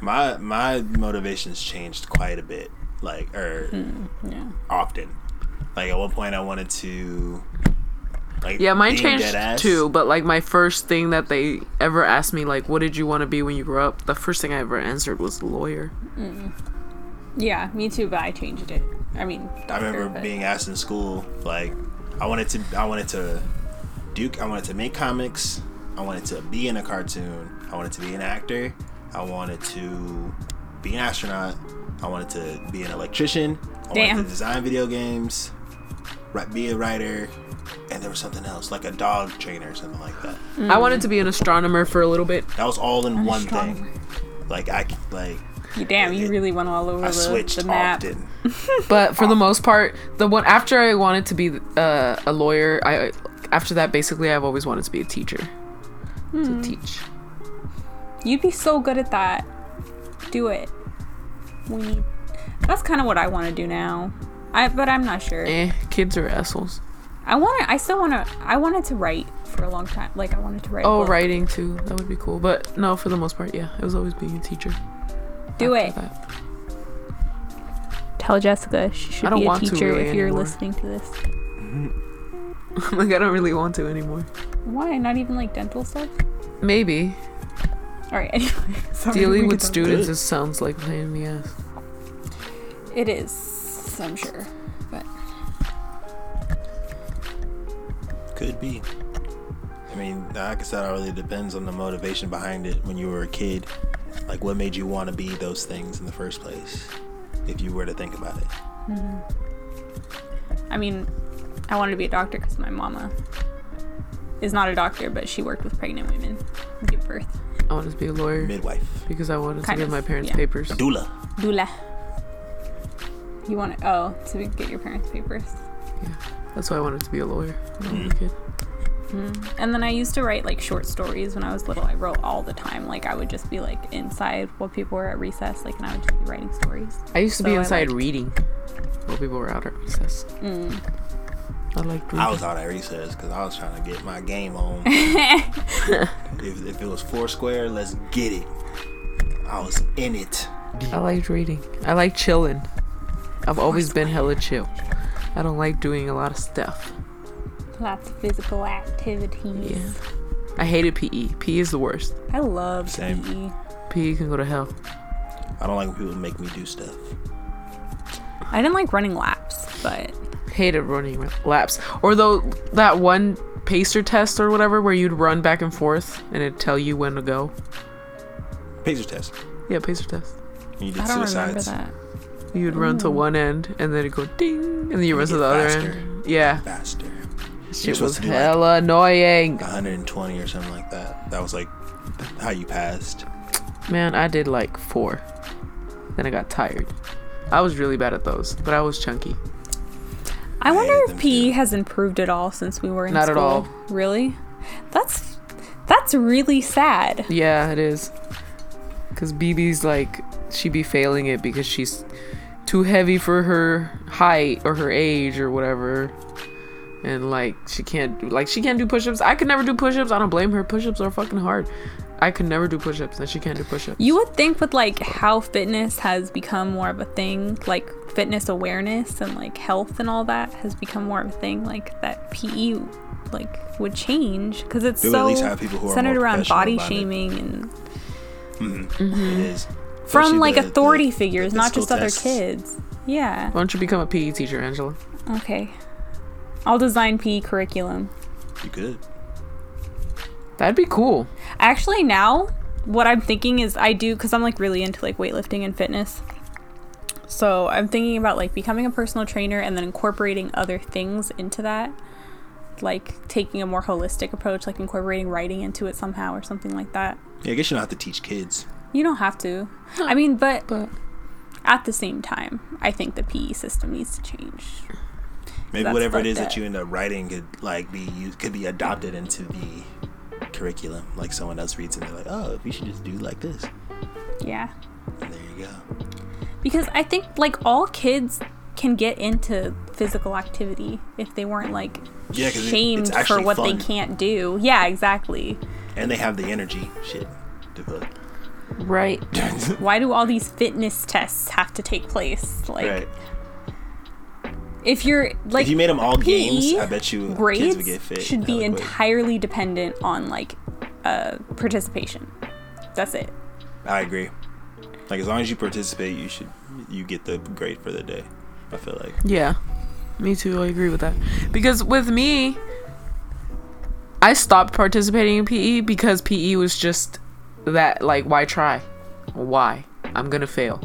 B: My my motivations changed quite a bit, like or
A: Hmm.
C: yeah.
B: often. Like at one point, I wanted to. Like
A: Yeah, mine
B: being
A: changed
B: deadass,
A: too, but like my first thing that they ever asked me, like, what did you want to be when you grew up? The first thing I ever answered was lawyer.
C: Yeah, me too. But I changed it. I mean, doctor,
B: I remember
C: but-
B: being asked in school, like, I wanted to, I wanted to do, I wanted to make comics, I wanted to be in a cartoon, I wanted to be an actor, I wanted to be an astronaut, I wanted to be an electrician, I
C: Damn.
B: wanted to design video games, ri- be a writer, and there was something else, like a dog trainer or something like that.
A: I wanted to be an astronomer for a little bit.
B: That was all in one
C: astronomer.
B: thing. Like I, c- like
C: You- Damn, you really went all over
B: I
C: the,
B: switched
C: the map.
B: often.
A: But for the most part, the one after I wanted to be uh, a lawyer, I after that basically I've always wanted to be a teacher to teach.
C: You'd be so good at that. Do it. We need. That's kind of what I want to do now. I but I'm not sure.
A: Eh, kids are assholes.
C: I want to. I still want to. I wanted to write for a long time. Like I wanted to write. a
A: Oh,
C: book.
A: writing too. That would be cool. But no, for the most part, yeah, it was always being a teacher.
C: Do
A: after
C: it.
A: that.
C: Tell Jessica she should
A: I don't
C: be a
A: want to
C: teacher
A: really
C: if you're
A: anymore.
C: listening to this.
A: like I don't really want to anymore.
C: Why? Not even like dental stuff.
A: Maybe
C: All right. Anyway, sorry, we
A: dealing with
C: did
A: students
B: Good.
A: just sounds like a pain in the ass.
C: that. It is. I'm sure. But
B: Could be. I mean, like I said, it really depends on the motivation behind it when you were a kid. Like, what made you want to be those things in the first place? If you were to think about it,
C: I mean, I wanted to be a doctor because my mama is not a doctor, but she worked with pregnant women, and give birth.
A: I wanted to be a lawyer
B: midwife,
A: because I wanted to
C: Kind
A: give
C: of,
A: my parents
C: yeah.
A: papers.
B: doula.
C: Dula. You want to? Oh, to get your parents' papers.
A: That's why I wanted to be a lawyer. when I was a kid.
C: And then I used to write like short stories when I was little. I wrote all the time. Like I would just be like inside while people were at recess, like, and I would just be writing stories.
A: I used to be
C: So I
A: inside
C: liked- Mm.
A: reading while people were out at recess. I liked reading.
B: I was out at recess because I was trying to get my game on. if, if it was four square, let's get it. I was in it.
A: I liked reading. I like chilling. I've always been hella chill. I don't like doing a lot of stuff.
C: Lots of physical activities.
A: Yeah. I hated PE. PE E is the worst.
C: I love
B: Same.
C: PE.
A: PE can go to hell.
B: I don't like when people make me do stuff.
C: I didn't like running laps, but
A: Hated running laps. Or though that one pacer test or whatever where you'd run back and forth and it'd tell you when to go.
B: Pacer test.
A: Yeah, pacer test.
B: And you did
C: I don't remember
B: suicides.
C: that.
A: You'd run to one end and then it'd go ding and then you run to
B: Mm. get
A: the other
B: faster.
A: end. Yeah.
B: Faster.
A: Shit
B: supposed
A: was
B: to do, like-
A: hella annoying.
B: 120 or something like that. That was like how you passed.
A: Man, I did like four. Then I got tired. I was really bad at those, but I was chunky.
C: I wonder
B: hated
C: if
B: them
C: PE
B: too.
C: has improved at all since we were in
A: Not at
C: school.
A: all.
C: Really? That's that's really sad.
A: Yeah, it is. Cause BB's like she be failing it because she's too heavy for her height or her age or whatever. And like she can't do like she can't do push-ups. I could never do push-ups. I don't blame her. Push-ups are fucking hard. I could never do push-ups and she can't do push-ups.
C: You would think with like how fitness has become more of a thing, like fitness awareness and like health and all that has become more of a thing, like that PE like would change because it's
B: They would at
C: so
B: least have people who are
C: centered
B: more
C: around
B: professional
C: body
B: about it.
C: shaming and
B: It is.
C: from
B: Especially
C: like
B: the- the-
C: authority
B: the
C: figures, not
B: physical
C: just other
B: tests.
C: kids. Yeah.
A: Why don't you become a PE teacher, Angela?
C: Okay. I'll design PE curriculum.
B: You could.
A: That'd be cool.
C: Actually, now what I'm thinking is I do because I'm like really into like weightlifting and fitness. So I'm thinking about like becoming a personal trainer and then incorporating other things into that, like taking a more holistic approach, like incorporating writing into it somehow or something like that.
B: Yeah, I guess you don't have to teach kids.
C: You don't have to. I mean, but
A: But
C: at the same time, I think the PE system needs to change.
B: Maybe
C: That's
B: whatever it
C: fucked
B: is that.
C: up.
B: you end up writing could like be you could be adopted into the curriculum. Like someone else reads it and they're like, oh, we should just do like this.
C: Yeah.
B: And there you go.
C: because I think like all kids can get into physical activity if they weren't like
B: Yeah, 'cause it-
C: shamed
B: it's
C: for
B: actually
C: what
B: fun.
C: they can't do. Yeah, exactly.
B: And they have the energy shit to put.
A: right.
C: Why do all these fitness tests have to take place? Like
B: right.
C: if you're like
B: if you made them all
C: PE
B: games, I bet you kids
C: grades
B: would get fit.
C: should be
B: hella quick.
C: entirely dependent on like uh participation. That's it.
B: I agree. Like as long as you participate, you should you get the grade for the day. I feel like
A: Yeah, me too. I agree with that. Because with me, I stopped participating in PE because PE was just that. Like, why try? Why? I'm gonna fail.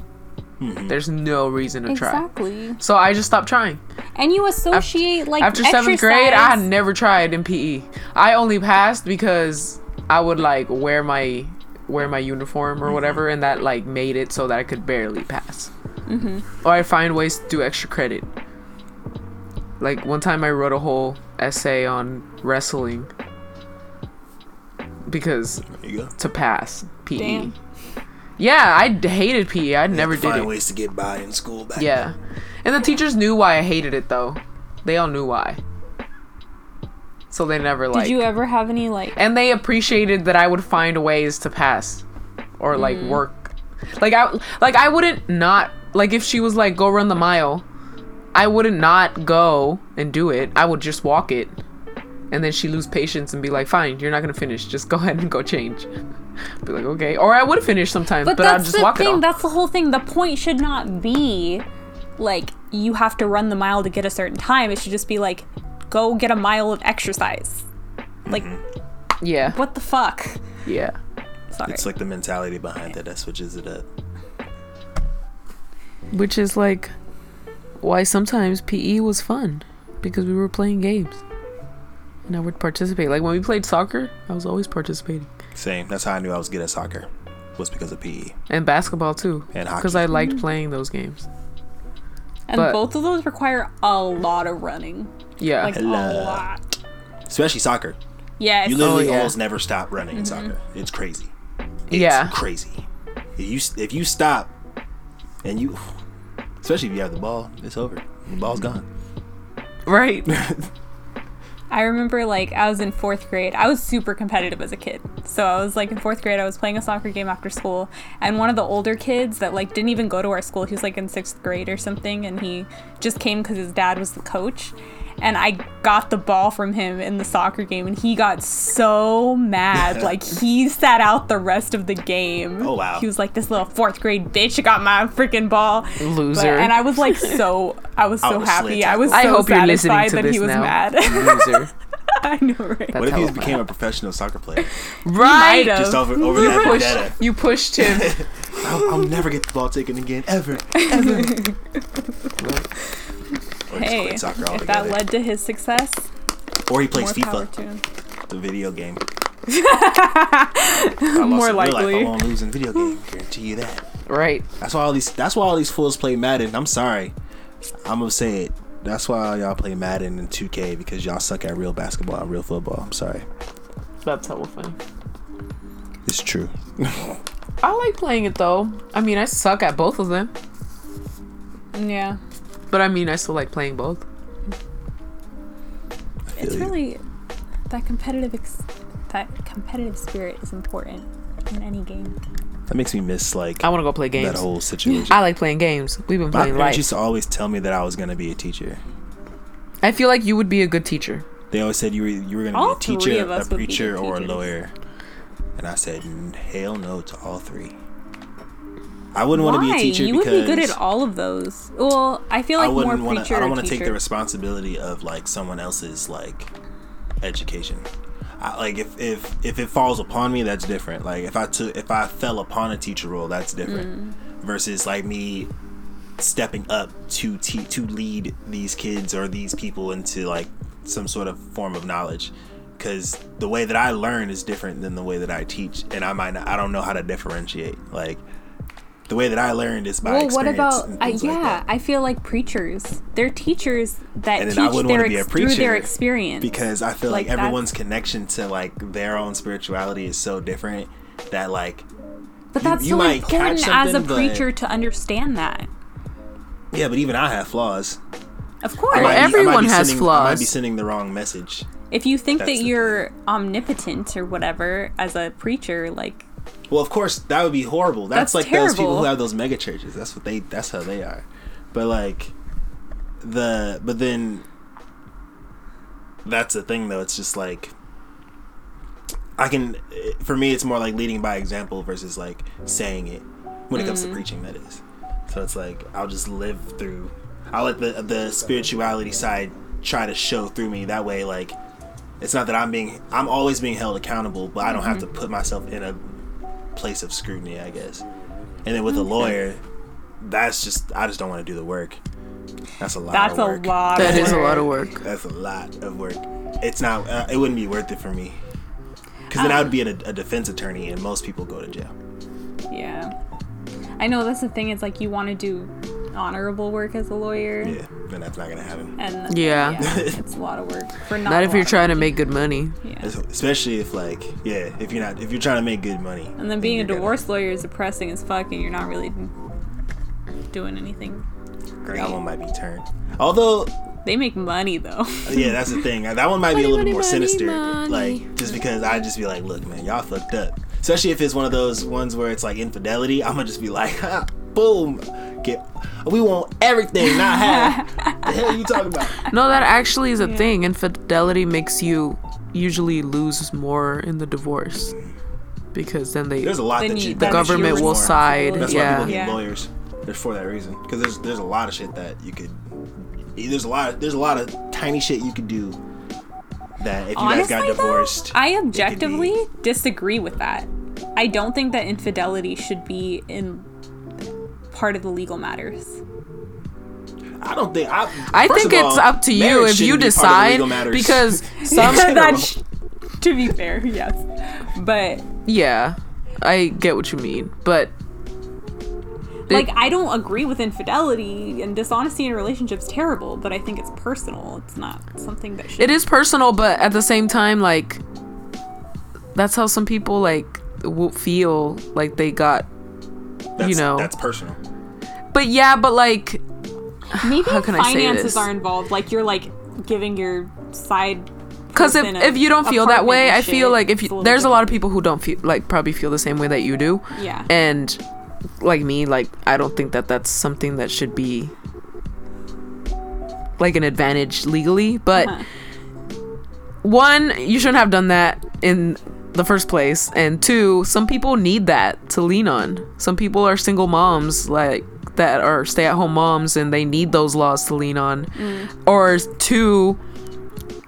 A: There's no reason to try.
C: Exactly.
A: So I just stopped trying.
C: And you associate like
A: After seventh grade, I had
C: exercise-
A: never tried in PE. I only passed because I would like wear my wear my uniform
C: Mm-hmm.
A: or whatever, and that like made it so that I could barely pass.
C: Mm-hmm.
A: Or I find ways to do extra credit. Like one time, I wrote a whole essay on wrestling because
B: there you go.
A: to pass PE.
C: Damn.
A: Yeah, I d- hated PE. I never did
B: Find
A: it.
B: ways to get by in school. Back
A: Yeah. And the teachers knew why I hated it though. They all knew why. So they never like
C: Did you ever have any like
A: and they appreciated that I would find ways to pass or like
C: Mm.
A: work. Like I like I wouldn't not like if she was like go run the mile, I wouldn't not go and do it. I would just walk it. And then she lose patience and be like, "Fine, you're not gonna finish. Just go ahead and go change." Be like, "Okay." Or I would finish sometimes, but,
C: But,
A: I'd
C: that's
A: just
C: the
A: walk
C: thing.
A: it. Off.
C: That's the whole thing. The point should not be like you have to run the mile to get a certain time. It should just be like go get a mile of exercise. Like
A: Mm-hmm. yeah,
C: what the fuck?
A: yeah.
C: Sorry.
B: It's like the mentality behind it that switches it up.
A: which is like why sometimes PE was fun because we were playing games and I would participate. Like when we played soccer, I was always participating
B: Same. That's how I knew I was good at soccer. Was because of PE.
A: and basketball too
B: And hockey.
A: because I liked playing those games.
C: and
A: but-
C: both of those require a lot of running.
A: Yeah,
C: Like
B: Hello.
C: a lot.
B: Especially soccer.
C: Yes.
B: You literally
A: yeah.
B: almost never stop running in soccer.
C: Mm-hmm.
B: It's crazy. It's
A: yeah,
B: crazy. If you if you stop and you especially if you have the ball, it's over. The ball's gone.
A: right.
C: I remember like I was in fourth grade. I was super competitive as a kid. So I was like in fourth grade, I was playing a soccer game after school, and one of the older kids that like didn't even go to our school, he was like in sixth grade or something, and he just came because his dad was the coach. And I got the ball from him in the soccer game, and he got so mad. like he sat out the rest of the game.
B: Oh, wow.
C: He was like, "This little fourth grade bitch got my freaking ball, But-
A: Loser.
C: and I was like, so I was
B: I
C: so
B: would've slid
C: happy. I was so
A: I hope you're listening
C: satisfied
A: to
C: that
A: this
C: he was
A: now.
C: mad.
A: Loser.
C: I know, right?
A: That's
B: What if
A: hella
B: he
A: fun.
B: became a professional soccer player?
A: right?
C: might've.
B: Just over, over
A: You
B: that vendetta.
A: pushed, you pushed him.
B: I'll, I'll never get the ball taken again, ever. ever. or just
C: Hey,
B: quit soccer
C: if that
B: altogether.
C: led to his success,
B: or he plays
C: more power
B: FIFA,
C: to him.
B: the video game. I lost
C: More
B: in real life,
C: likely.
B: I won't lose in video game. Guarantee you that.
A: Right.
B: That's why all these. That's why all these fools play Madden. I'm sorry, I'm gonna say it. That's why y'all play Madden and 2K because y'all suck at real basketball and real football. I'm sorry.
A: That's hella funny.
B: It's true.
A: I like playing it though. I mean, I suck at both of them,
C: Yeah,
A: but I mean, I still like playing both.
C: it's
B: Yeah.
C: really that competitive ex- that competitive spirit is important in any game.
B: That makes me miss like
A: I want to go play
B: that
A: games.
B: whole situation.
A: I like playing games. We've been
B: My
A: playing
B: parents
A: life.
B: used to always tell me that I was gonna be a teacher.
A: I feel like you would be a good teacher.
B: They always said you were you were gonna
C: All
B: be a
C: three
B: teacher,
C: of
B: a
C: us would be good
B: preacher, or a
C: teachers.
B: lawyer. And I said "N- hell no to all three. I wouldn't want to be a teacher
C: you would
B: because
C: be good at all of those. Well, I feel like
B: I
C: more
B: wouldn't
C: preacher.
B: want to. I don't want to take the
C: teacher.
B: responsibility of like someone else's like education. I, like if if if it falls upon me, that's different. Like if I took if I fell upon a teacher role, that's different.
C: Mm.
B: Versus like me stepping up to te- to lead these kids or these people into like some sort of form of knowledge because the way that i learn is different than the way that i teach and i might not i don't know how to differentiate like the way that i learned is by
C: well, what
B: experience
C: about?
B: and
C: I
B: things like that.
C: yeah, I feel like preachers. They're teachers that
B: And
C: teach
B: then I wouldn't
C: their
B: wanna be a
C: ex- through
B: preacher
C: their experience.
B: because I feel like,
C: Like, that's-
B: everyone's connection to like their own spirituality is so different that like
C: But that's
B: you
C: so
B: might catch
C: important as a
B: something, but-
C: preacher to understand that.
B: yeah, but even I have flaws.
C: Of
B: I
C: course.
B: might be- I might be
A: everyone has
B: sending- I might
A: flaws.
B: be sending the wrong message.
C: if you think
B: That's
C: that
B: the
C: you're omnipotent or whatever as a preacher, like
B: Well, of course that would be horrible. That's,
C: That's
B: like those people who
C: terrible.
B: have those mega churches. That's what they. That's how they are. But like the but then that's the thing though. It's just like I can. For me, it's more like leading by example versus like saying it when it comes
C: Mm.
B: to preaching. That is. So it's like I'll just live through. I'll let the the spirituality side try to show through me. That way, like it's not that I'm being I'm always being held accountable, but I don't have to
C: Mm-hmm.
B: put myself in a place of scrutiny, I guess. And then with a lawyer, that's just I just don't want to do the work. That's a lot.
C: that's
B: of
C: a
B: work.
C: lot.
A: That
C: of
A: is a
C: work.
A: lot of work.
B: That's a lot of work. It's not. Uh, it wouldn't be worth it for me. Because then I
C: Um.
B: would be a, a defense attorney, and most people go to jail.
C: Yeah, I know. That's the thing. It's like you want to do honorable work as a lawyer,
B: Yeah, and that's not gonna happen.
C: and
A: Yeah.
C: it's a lot of work for not.
A: Not
C: a
A: if you're
C: lot.
A: trying to make good money.
C: Yeah.
B: Especially if like, yeah, if you're not, if you're trying to make good money.
C: And then being a
B: you're gonna-
C: divorce lawyer is depressing as fuck, and you're not really doing anything. Great.
B: that one might be turned. Although
C: They make money though.
B: Yeah, that's the thing. That one might be a little
A: Money,
B: bit more
A: money,
B: sinister.
A: money, money.
B: Like, just because I just be like, look, man, y'all fucked up. Especially if it's one of those ones where it's like infidelity, I'm gonna just be like, ha, boom, get. We want everything, not half. the hell you talking about?
A: No, that actually is a thing. Infidelity makes you usually lose more in the divorce because then they
B: There's a lot
C: Then
B: that
C: you-
B: you. that
C: The
A: the
B: you
A: government
B: choose
A: will
B: more.
A: side.
B: That's
A: yeah.
B: why people get
C: Yeah.
B: lawyers. They're for that reason. Because there's there's a lot of shit that you could. There's a lot. There's a lot of tiny shit you could do. That if you guys got
C: though,
B: divorced,
C: I objectively disagree with that. I don't think that infidelity should be in part of the legal matters.
B: I don't think I.
A: I
B: first
A: think
B: of
A: it's
B: all,
A: up to you
B: marriage
A: if you
B: shouldn't be part
A: decide
B: of legal matters.
A: because some
B: general.
C: That's- to be fair, yes. But
A: yeah, I get what you mean, but
C: like I don't agree with infidelity and dishonesty in a relationship's terrible, but I think it's personal. It's not something that should
A: it is personal, but at the same time like that's how some people like will feel like they got
B: That's-
A: you know.
B: that's personal.
A: But yeah, but like
C: Maybe
A: How
C: if
A: can I say
C: finances
A: this?
C: are involved. Like you're like giving your side
A: because if,
C: in a
A: if you don't feel that
C: apartment
A: way
C: and
A: i feel
C: shit,
A: like if
C: it's a
A: you,
C: little
A: there's a lot of
C: different.
A: people who don't feel like probably feel the same way that you do
C: Yeah.
A: and like me like i don't think that that's something that should be like an advantage legally but
C: Uh-huh.
A: one you shouldn't have done that in the first place and two some people need that to lean on some people are single moms like that are stay-at-home moms and they need those laws to lean on
C: Mm.
A: or two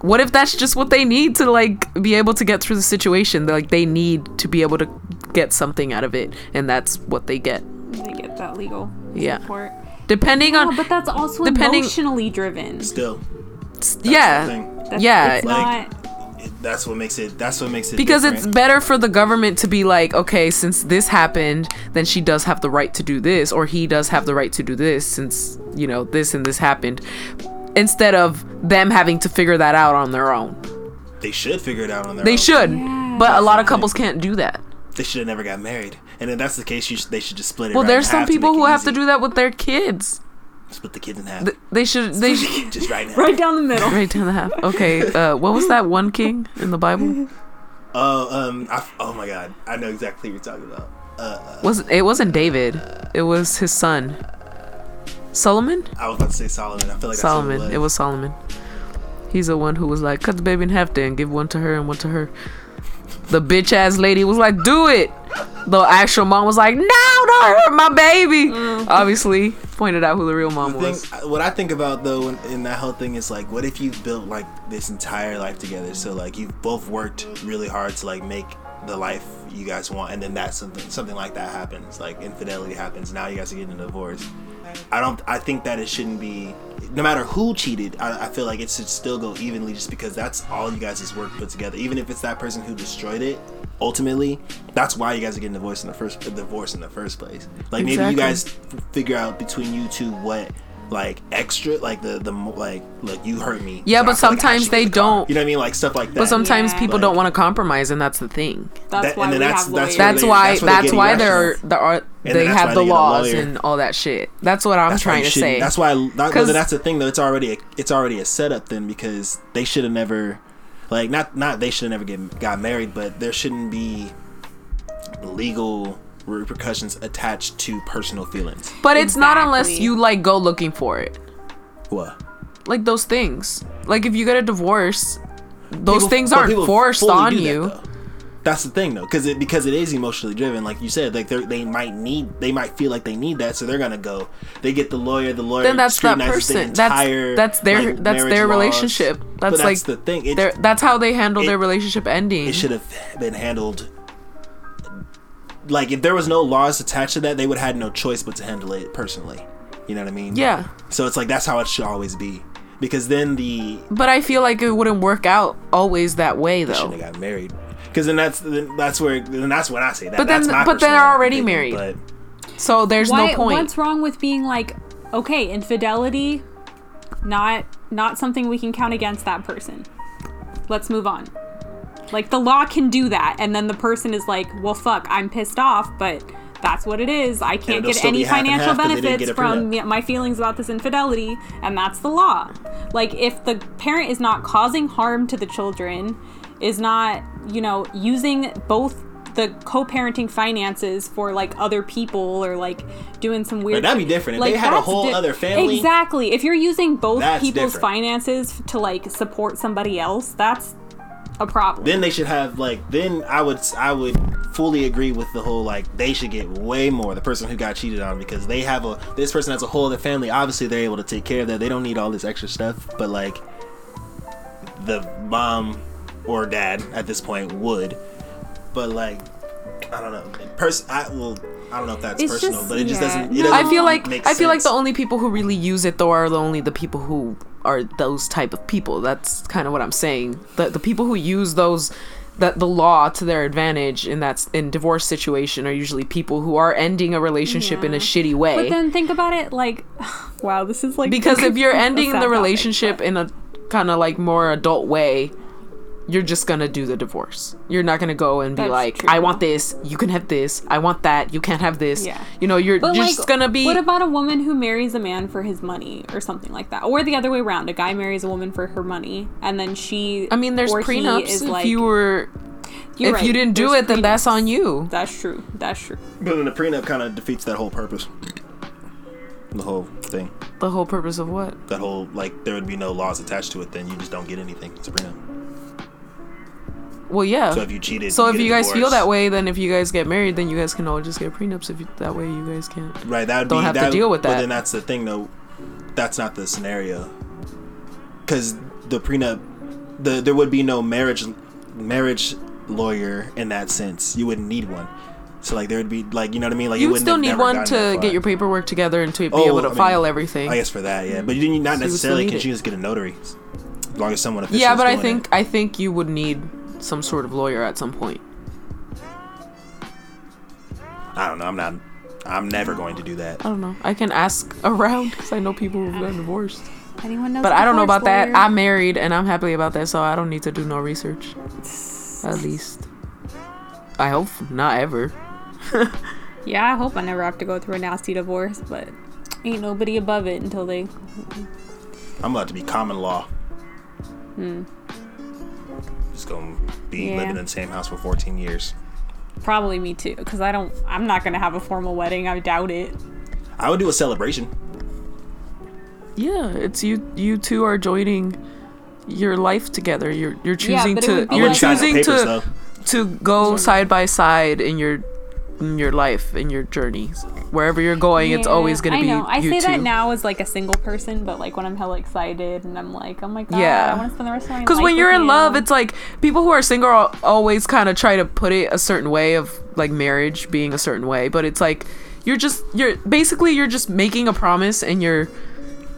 A: what if that's just what they need to like be able to get through the situation like they need to be able to get something out of it and that's what they get
C: They get that legal
A: Yeah.
C: support.
A: depending
C: Oh,
A: on
C: but that's also
A: Depending-
C: emotionally driven.
B: Still,
A: yeah
B: the thing.
C: That's,
A: yeah
C: it's
B: Like-
C: not.
B: it- that's what makes it. That's what makes it.
A: because it's
B: different.
A: better for the government to be like okay since this happened then she does have the right to do this or he does have the right to do this since you know this and this happened instead of them having to figure that out on their own
B: they should figure it out on their.
A: they
B: own.
A: should
C: Yeah.
A: but a lot of couples can't do that
B: They should have never got married. And if that's the case, you should, they should just split it.
A: well
B: right
A: there's
B: in
A: some
B: half to
A: people
B: make it
A: who have to
B: easy.
A: do that with their kids
B: split the kids in half.
A: Th- they should they should
B: just right now.
C: Right down the middle.
A: Right down the half. Okay. Uh, what was that one king in the Bible?
B: Oh, um, I, oh my God, I know exactly what you're talking about.
A: Was it wasn't David? It was his son, Solomon.
B: I was about to say Solomon. I feel like That's what
A: Solomon.
B: it
A: It was Solomon. He's the one who was like, cut the baby in half then, give one to her and one to her. The bitch ass lady was like, do it. The actual mom was like, no, don't hurt my baby. Obviously, pointed out who the real mom
B: The
A: was.
B: thing, what I think about though in, in that whole thing is like, what if you've built like this entire life together? So like you've both worked really hard to like make the life you guys want, and then that something something like that happens, like infidelity happens. Now you guys are getting a divorce. I don't. I think that it shouldn't be. No matter who cheated, I, I feel like it should still go evenly, just because that's all you guys' work put together. Even if it's that person who destroyed it, ultimately, that's why you guys are getting divorced in the first divorce in the first place. Like maybe
A: Exactly.
B: you guys f- figure out between you two what like extra like the the mo- like look you hurt me.
A: Yeah,
B: so
A: but
B: I feel like I
A: sometimes
B: should get
A: they
B: the car.
A: don't.
B: You know what I mean? Like stuff like that.
A: But sometimes
C: Yeah.
A: people
B: Like-
A: don't want to compromise, and that's the thing.
C: That's
B: That-
C: why
B: and
C: we
B: then that's-
C: have
B: that's
C: lawyers.
B: where
A: That's
B: they-
A: why.
B: that's where they
A: That's
B: get
A: why
B: irrational.
A: they're there are
B: And
A: they
B: then that's
A: have
B: why
A: the
B: they get a
A: laws
B: lawyer.
A: and all that shit. That's what I'm
B: That's why
A: trying
B: you
A: to
B: shouldn't-
A: say.
B: That's why. That,
A: 'Cause-
B: well, that's the thing, though. It's already a, it's already a setup then because they should have never, like, not not they should have never get got married, but there shouldn't be legal repercussions attached to personal feelings.
A: but it's not unless
C: Exactly.
A: you like go looking for it.
B: What?
A: like those things. Like if you get a divorce, those
B: People-
A: things
B: but
A: aren't
B: people
A: forced
B: fully
A: on
B: do that,
A: you.
B: though. That's the thing, though, because it because it is emotionally driven. Like you said, like they they might need, they might feel like they need that, so they're gonna go. They get the lawyer. The lawyer
A: then that's that
B: scrutinizes the
A: person. That's
B: entire,
A: that's their
B: like,
A: that's
B: marriage
A: their
B: laws.
A: relationship. That's,
B: but that's
A: like
B: the thing. It,
A: their that's how they handle their
B: it-
A: relationship ending.
B: it should have been handled like if there was no laws attached to that they would have had no choice but to handle it personally you know what i mean
A: yeah,
B: so it's like that's how it should always be because then the
A: but I feel like it wouldn't work out always that way
B: should
A: though.
B: have got married because then that's then that's where then that's when i say that
A: But then-
B: that's my
A: but they're
B: personal
A: already married.
B: opinion, but
A: So there's
C: why,
A: no point.
C: What's wrong with being like, okay, infidelity, not not something we can count against that person. Let's move on. Like the law can do that, and then the person is like, well, fuck, I'm pissed off, but that's what it is. I can't
B: it'll
C: get
B: still
C: any
B: be half and
C: financial
B: half 'cause they didn't
C: benefits
B: get a
C: from
B: prenup.
C: me- my feelings about this infidelity, and that's the law. Like if the parent is not causing harm to the children, is not, you know, using both the co-parenting finances for like other people or like doing some weird
B: Like, that'd be different. If they had a
C: that's
B: whole other family,
C: Exactly. If you're using both
B: that's
C: people's
B: different.
C: finances to like support somebody else, that's a problem.
B: then they should have like then i would i would fully agree with the whole like they should get way more the person who got cheated on because they have a this person has a whole other family obviously they're able to take care of that they don't need all this extra stuff but like the mom or dad at this point would but like i don't know person i will i don't know if that's
C: It's
B: personal
C: just-
B: but it just
C: yeah.
B: doesn't it
C: No.
B: doesn't
A: I feel like
B: make
A: I feel like the
B: sense.
A: only people who really use it though are the only the people who are those type of people. That's kind of what I'm saying. The the people who use those that the law to their advantage in that's in divorce situation are usually people who are ending a relationship in a
C: Yeah.
A: shitty way.
C: but then think about it like wow, this is like
A: because if you're
C: a
A: ending
C: sad
A: the
C: topic,
A: relationship in a kind of like more adult way you're just gonna do the divorce. You're not gonna go and be
C: That's
A: like,
C: true.
A: I want this, you can have this. I want that, you can't have this.
C: Yeah.
A: You know, you're
C: But,
A: you're
C: like,
A: just gonna be.
C: What about a woman who marries a man for his money or something like that, or the other way around? A guy marries a woman for her money, and then she.
A: I mean, there's
C: or he
A: prenups.
C: is
A: If
C: like-
A: you were,
C: you're
A: if
C: right,
A: you didn't do
C: there's
A: it, then that's
C: prenups.
A: on you.
C: That's true. That's true.
B: But then the prenup kind of defeats that whole purpose. The whole thing.
A: The whole purpose of what?
B: That whole, like, there would be no laws attached to it, then you just don't get anything. It's a prenup.
A: Well, yeah.
B: So if you cheated.
A: So if
B: get a
A: you guys feel
B: divorce.
A: that way, then if you guys get married, then you guys can all just get prenups. If you, that way you guys can't.
B: Right, that would
A: Don't
B: be,
A: have to
B: that,
A: deal with
B: But
A: that.
B: then that's the thing, though. That's not the scenario. Because the prenup, the there would be no marriage, marriage lawyer in that sense. You wouldn't need one. So like there would be like you know what I mean. Like
A: You would
B: wouldn't
A: still
B: have
A: need
B: never
A: one
B: gotten that
A: to
B: far.
A: get your paperwork together and to be
B: Oh,
A: able to
B: I mean,
A: file everything.
B: I guess for that, yeah. But you didn't not
A: So you would still
B: necessarily
A: need
B: can
A: it.
B: you just get a notary, as long as someone official.
A: yeah,
B: is
A: but I
B: doing
A: think
B: it.
A: I think you would need some sort of lawyer at some point.
B: I don't know. I'm not. I'm never going to do that.
A: I don't know. I can ask around because I know people who've gotten divorced.
C: Anyone knows?
A: But I don't know
C: divorce
A: about that.
C: lawyer?
A: I'm married and I'm happy about that, so I don't need to do no research. At least. I hope not ever.
C: Yeah, I hope I never have to go through a nasty divorce, but ain't nobody above it until they.
B: I'm about to be common law.
A: Hmm.
B: Just gonna be
C: Yeah.
B: living in the same house for 14 years.
C: Probably me too, because I don't. I'm not gonna have a formal wedding. I doubt it.
B: I would do a celebration.
A: Yeah, it's you you two are joining your life together. You're you're choosing
C: but it
A: to
C: would be
A: you're
C: like-
B: sign no
A: choosing
B: papers,
A: to
B: though.
A: to go side by side in your in your life, in your journeys. Wherever you're going, it's
C: Yeah,
A: always gonna
C: I
A: be
C: know. I
A: you
C: say
A: two.
C: that now as like a single person, but like when I'm hella excited and I'm like, oh my god,
A: Yeah.
C: I want to spend the rest of my life.
A: Because when you're
C: with
A: in love,
C: you.
A: it's like people who are single al- always kind of try to put it a certain way of like marriage being a certain way, but it's like you're just you're basically you're just making a promise and you're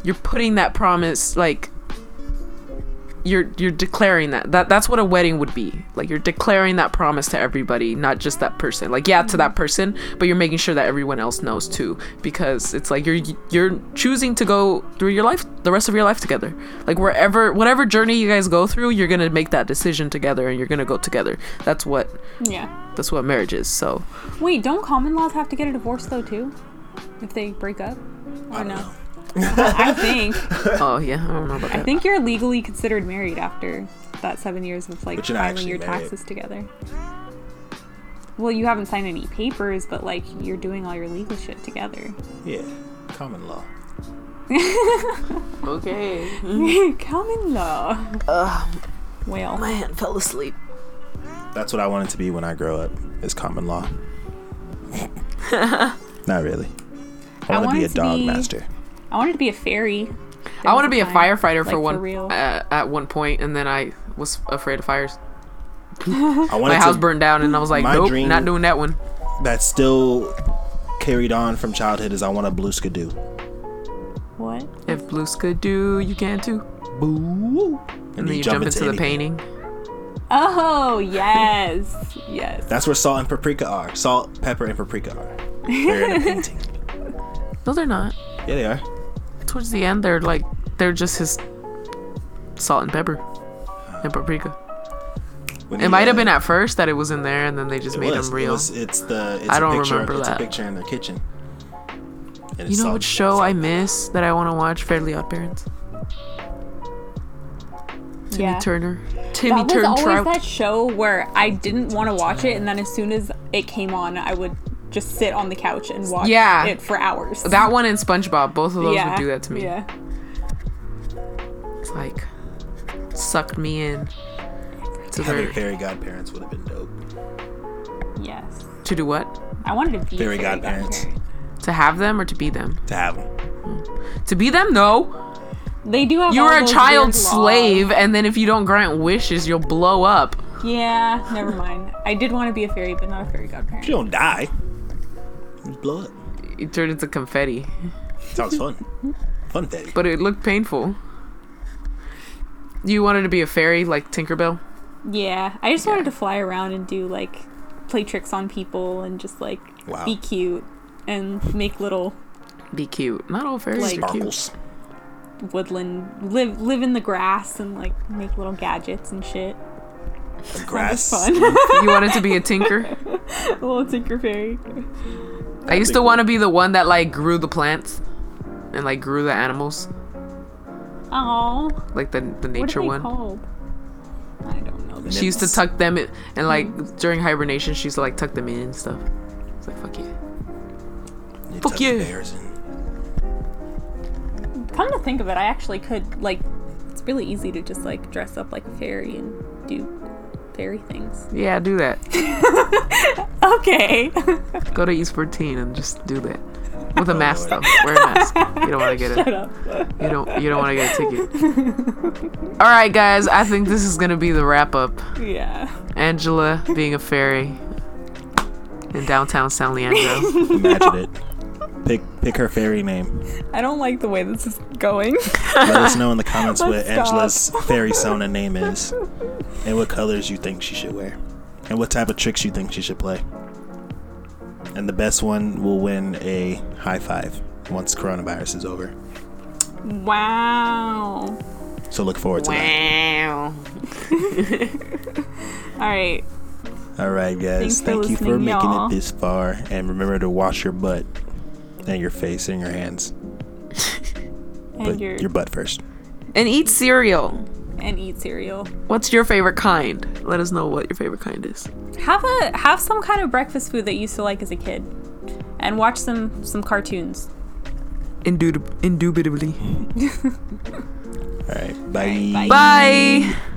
A: you're putting that promise like you're you're declaring that that that's what a wedding would be like you're declaring that promise to everybody not just that person like yeah to that person but you're making sure that everyone else knows too because it's like you're you're choosing to go through your life the rest of your life together like wherever whatever journey you guys go through you're gonna make that decision together and you're gonna go together that's what
C: yeah.
A: that's what marriage is so
C: Wait, don't common laws have to get a divorce though too, if they break up? Or
B: don't
C: no?
B: know.
C: I think
A: oh yeah i don't know about
C: I
A: that
C: think you're legally considered married after that seven years of like
B: But you're not
C: filing
B: actually
C: your
B: married.
C: taxes together. Well, you haven't signed any papers, but like you're doing all your legal shit together.
B: Yeah, common law.
A: okay
C: common law. Well,
A: my hand fell asleep
B: That's what I wanted to be when I grow up. Is common law. Not really. I
C: I
B: want to be
C: wanted
B: a
C: to
B: dog
C: be-
B: master.
C: I wanted to be a fairy.
A: I want to be a
C: There was
A: firefighter
C: like,
A: for one
C: real.
A: Uh, at one point, and then I was afraid of fires.
B: I wanted
A: My house
B: to.
A: burned down, and I was like,
B: My
A: nope,
B: dream-
A: not doing that one.
B: That's still carried on from childhood. Is I want a blue skidoo.
C: What?
A: If Blues could do, you can too.
B: Boo. And,
A: And then you jump, into, the
B: anything.
A: painting.
C: Oh yes, yes.
B: That's where salt and paprika are. Salt, pepper, and paprika are. They're in a painting.
A: No, they're not.
B: Yeah, they are.
A: Towards the end, they're like, they're just his salt and pepper and paprika.
B: When
A: It
B: he,
A: might have
B: uh,
A: been at first that it was in there, and then they just
B: it
A: made
B: was,
A: them
B: it
A: real.
B: was- it's the. It's
A: I don't
B: a picture,
A: remember
B: It's a
A: that.
B: picture in their kitchen. And it's
A: you know
B: salt-
A: what show I miss that I want to watch? Fairly Odd Parents. Timmy
C: yeah.
A: Turner. Timmy
C: That was
A: Turner
C: always
A: Trout.
C: that show where I didn't want to watch it, and then as soon as it came on, I would just sit on the couch and watch
A: Yeah.
C: it for hours.
A: That one and SpongeBob, both of those would do that to me.
C: Yeah.
A: It's like sucked me in to
B: Having
A: their,
B: fairy godparents would have been dope.
C: Yes.
A: to do what?
C: I wanted to be
B: Fairy
C: a
B: godparents.
C: godparent.
A: To have them or to be them?
B: To have them.
A: To be them, no.
C: They do have.
A: You
C: all
A: are a
C: those
A: child
C: weird laws.
A: slave, and then if you don't grant wishes, you'll blow up.
C: Yeah. Never mind. I did want to be a fairy, but not a fairy godparent.
B: You don't die. You just blow up.
A: You turn into confetti,
B: Sounds fun. fun thing.
A: but it looked painful. You wanted to be a fairy like Tinkerbell?
C: Yeah. I just wanted to fly around and do like play tricks on people and just like
B: Wow.
C: be cute and make little
A: Be cute. Not all fairies
C: Like-
A: are cute.
B: Sparkles.
C: woodland live live in the grass and like make little gadgets and shit.
B: grass.
C: fun.
A: You wanted to be a tinker?
C: a little tinker fairy.
A: I used to want to be the one that like grew the plants and like grew the animals,
C: Oh,
A: like the the
C: what are
A: nature
C: they
A: one.
C: called? I don't know.
A: She used to
B: Nymphs.
A: tuck them in, and like during hibernation, she used to like tuck them in and stuff. It's like fuck yeah.
B: You
A: Fuck
B: tuck the
A: you.
B: bears in.
C: Come to think of it, I actually could like. It's really easy to just like dress up like a fairy and do fairy things.
A: Yeah, do that.
C: Okay.
A: Go to East 14 and just do that with a mask though.
B: Lord.
A: Wear a mask. You don't want to get
C: Shut
A: it.
C: up.
A: You don't. You don't want to get a ticket. All right, guys. I think this is gonna be the wrap up.
C: Yeah.
A: Angela being a fairy in downtown San Leandro.
B: Imagine it. Pick pick her fairy name.
C: I don't like the way this is going.
B: Let us know in the comments what
C: Let's stop.
B: Angela's fairy sona name is, and what colors you think she should wear, and what type of tricks you think she should play. And the best one will win a high five once coronavirus is over.
C: Wow.
B: So look forward to that.
A: wow.
C: All right.
B: All right, guys.
C: Thanks for
B: Thank you for
C: listening,
B: making
C: y'all.
B: it this far, and remember to wash your butt and your face and your hands,
C: And
B: but
C: your,
B: your butt first.
A: And eat cereal.
C: and eat cereal.
A: What's your favorite kind? Let us know what your favorite kind is.
C: Have a have some kind of breakfast food that you used to like as a kid, and watch some some cartoons.
A: Indubit- indubitably.
B: All right.
C: right, bye.
A: Bye.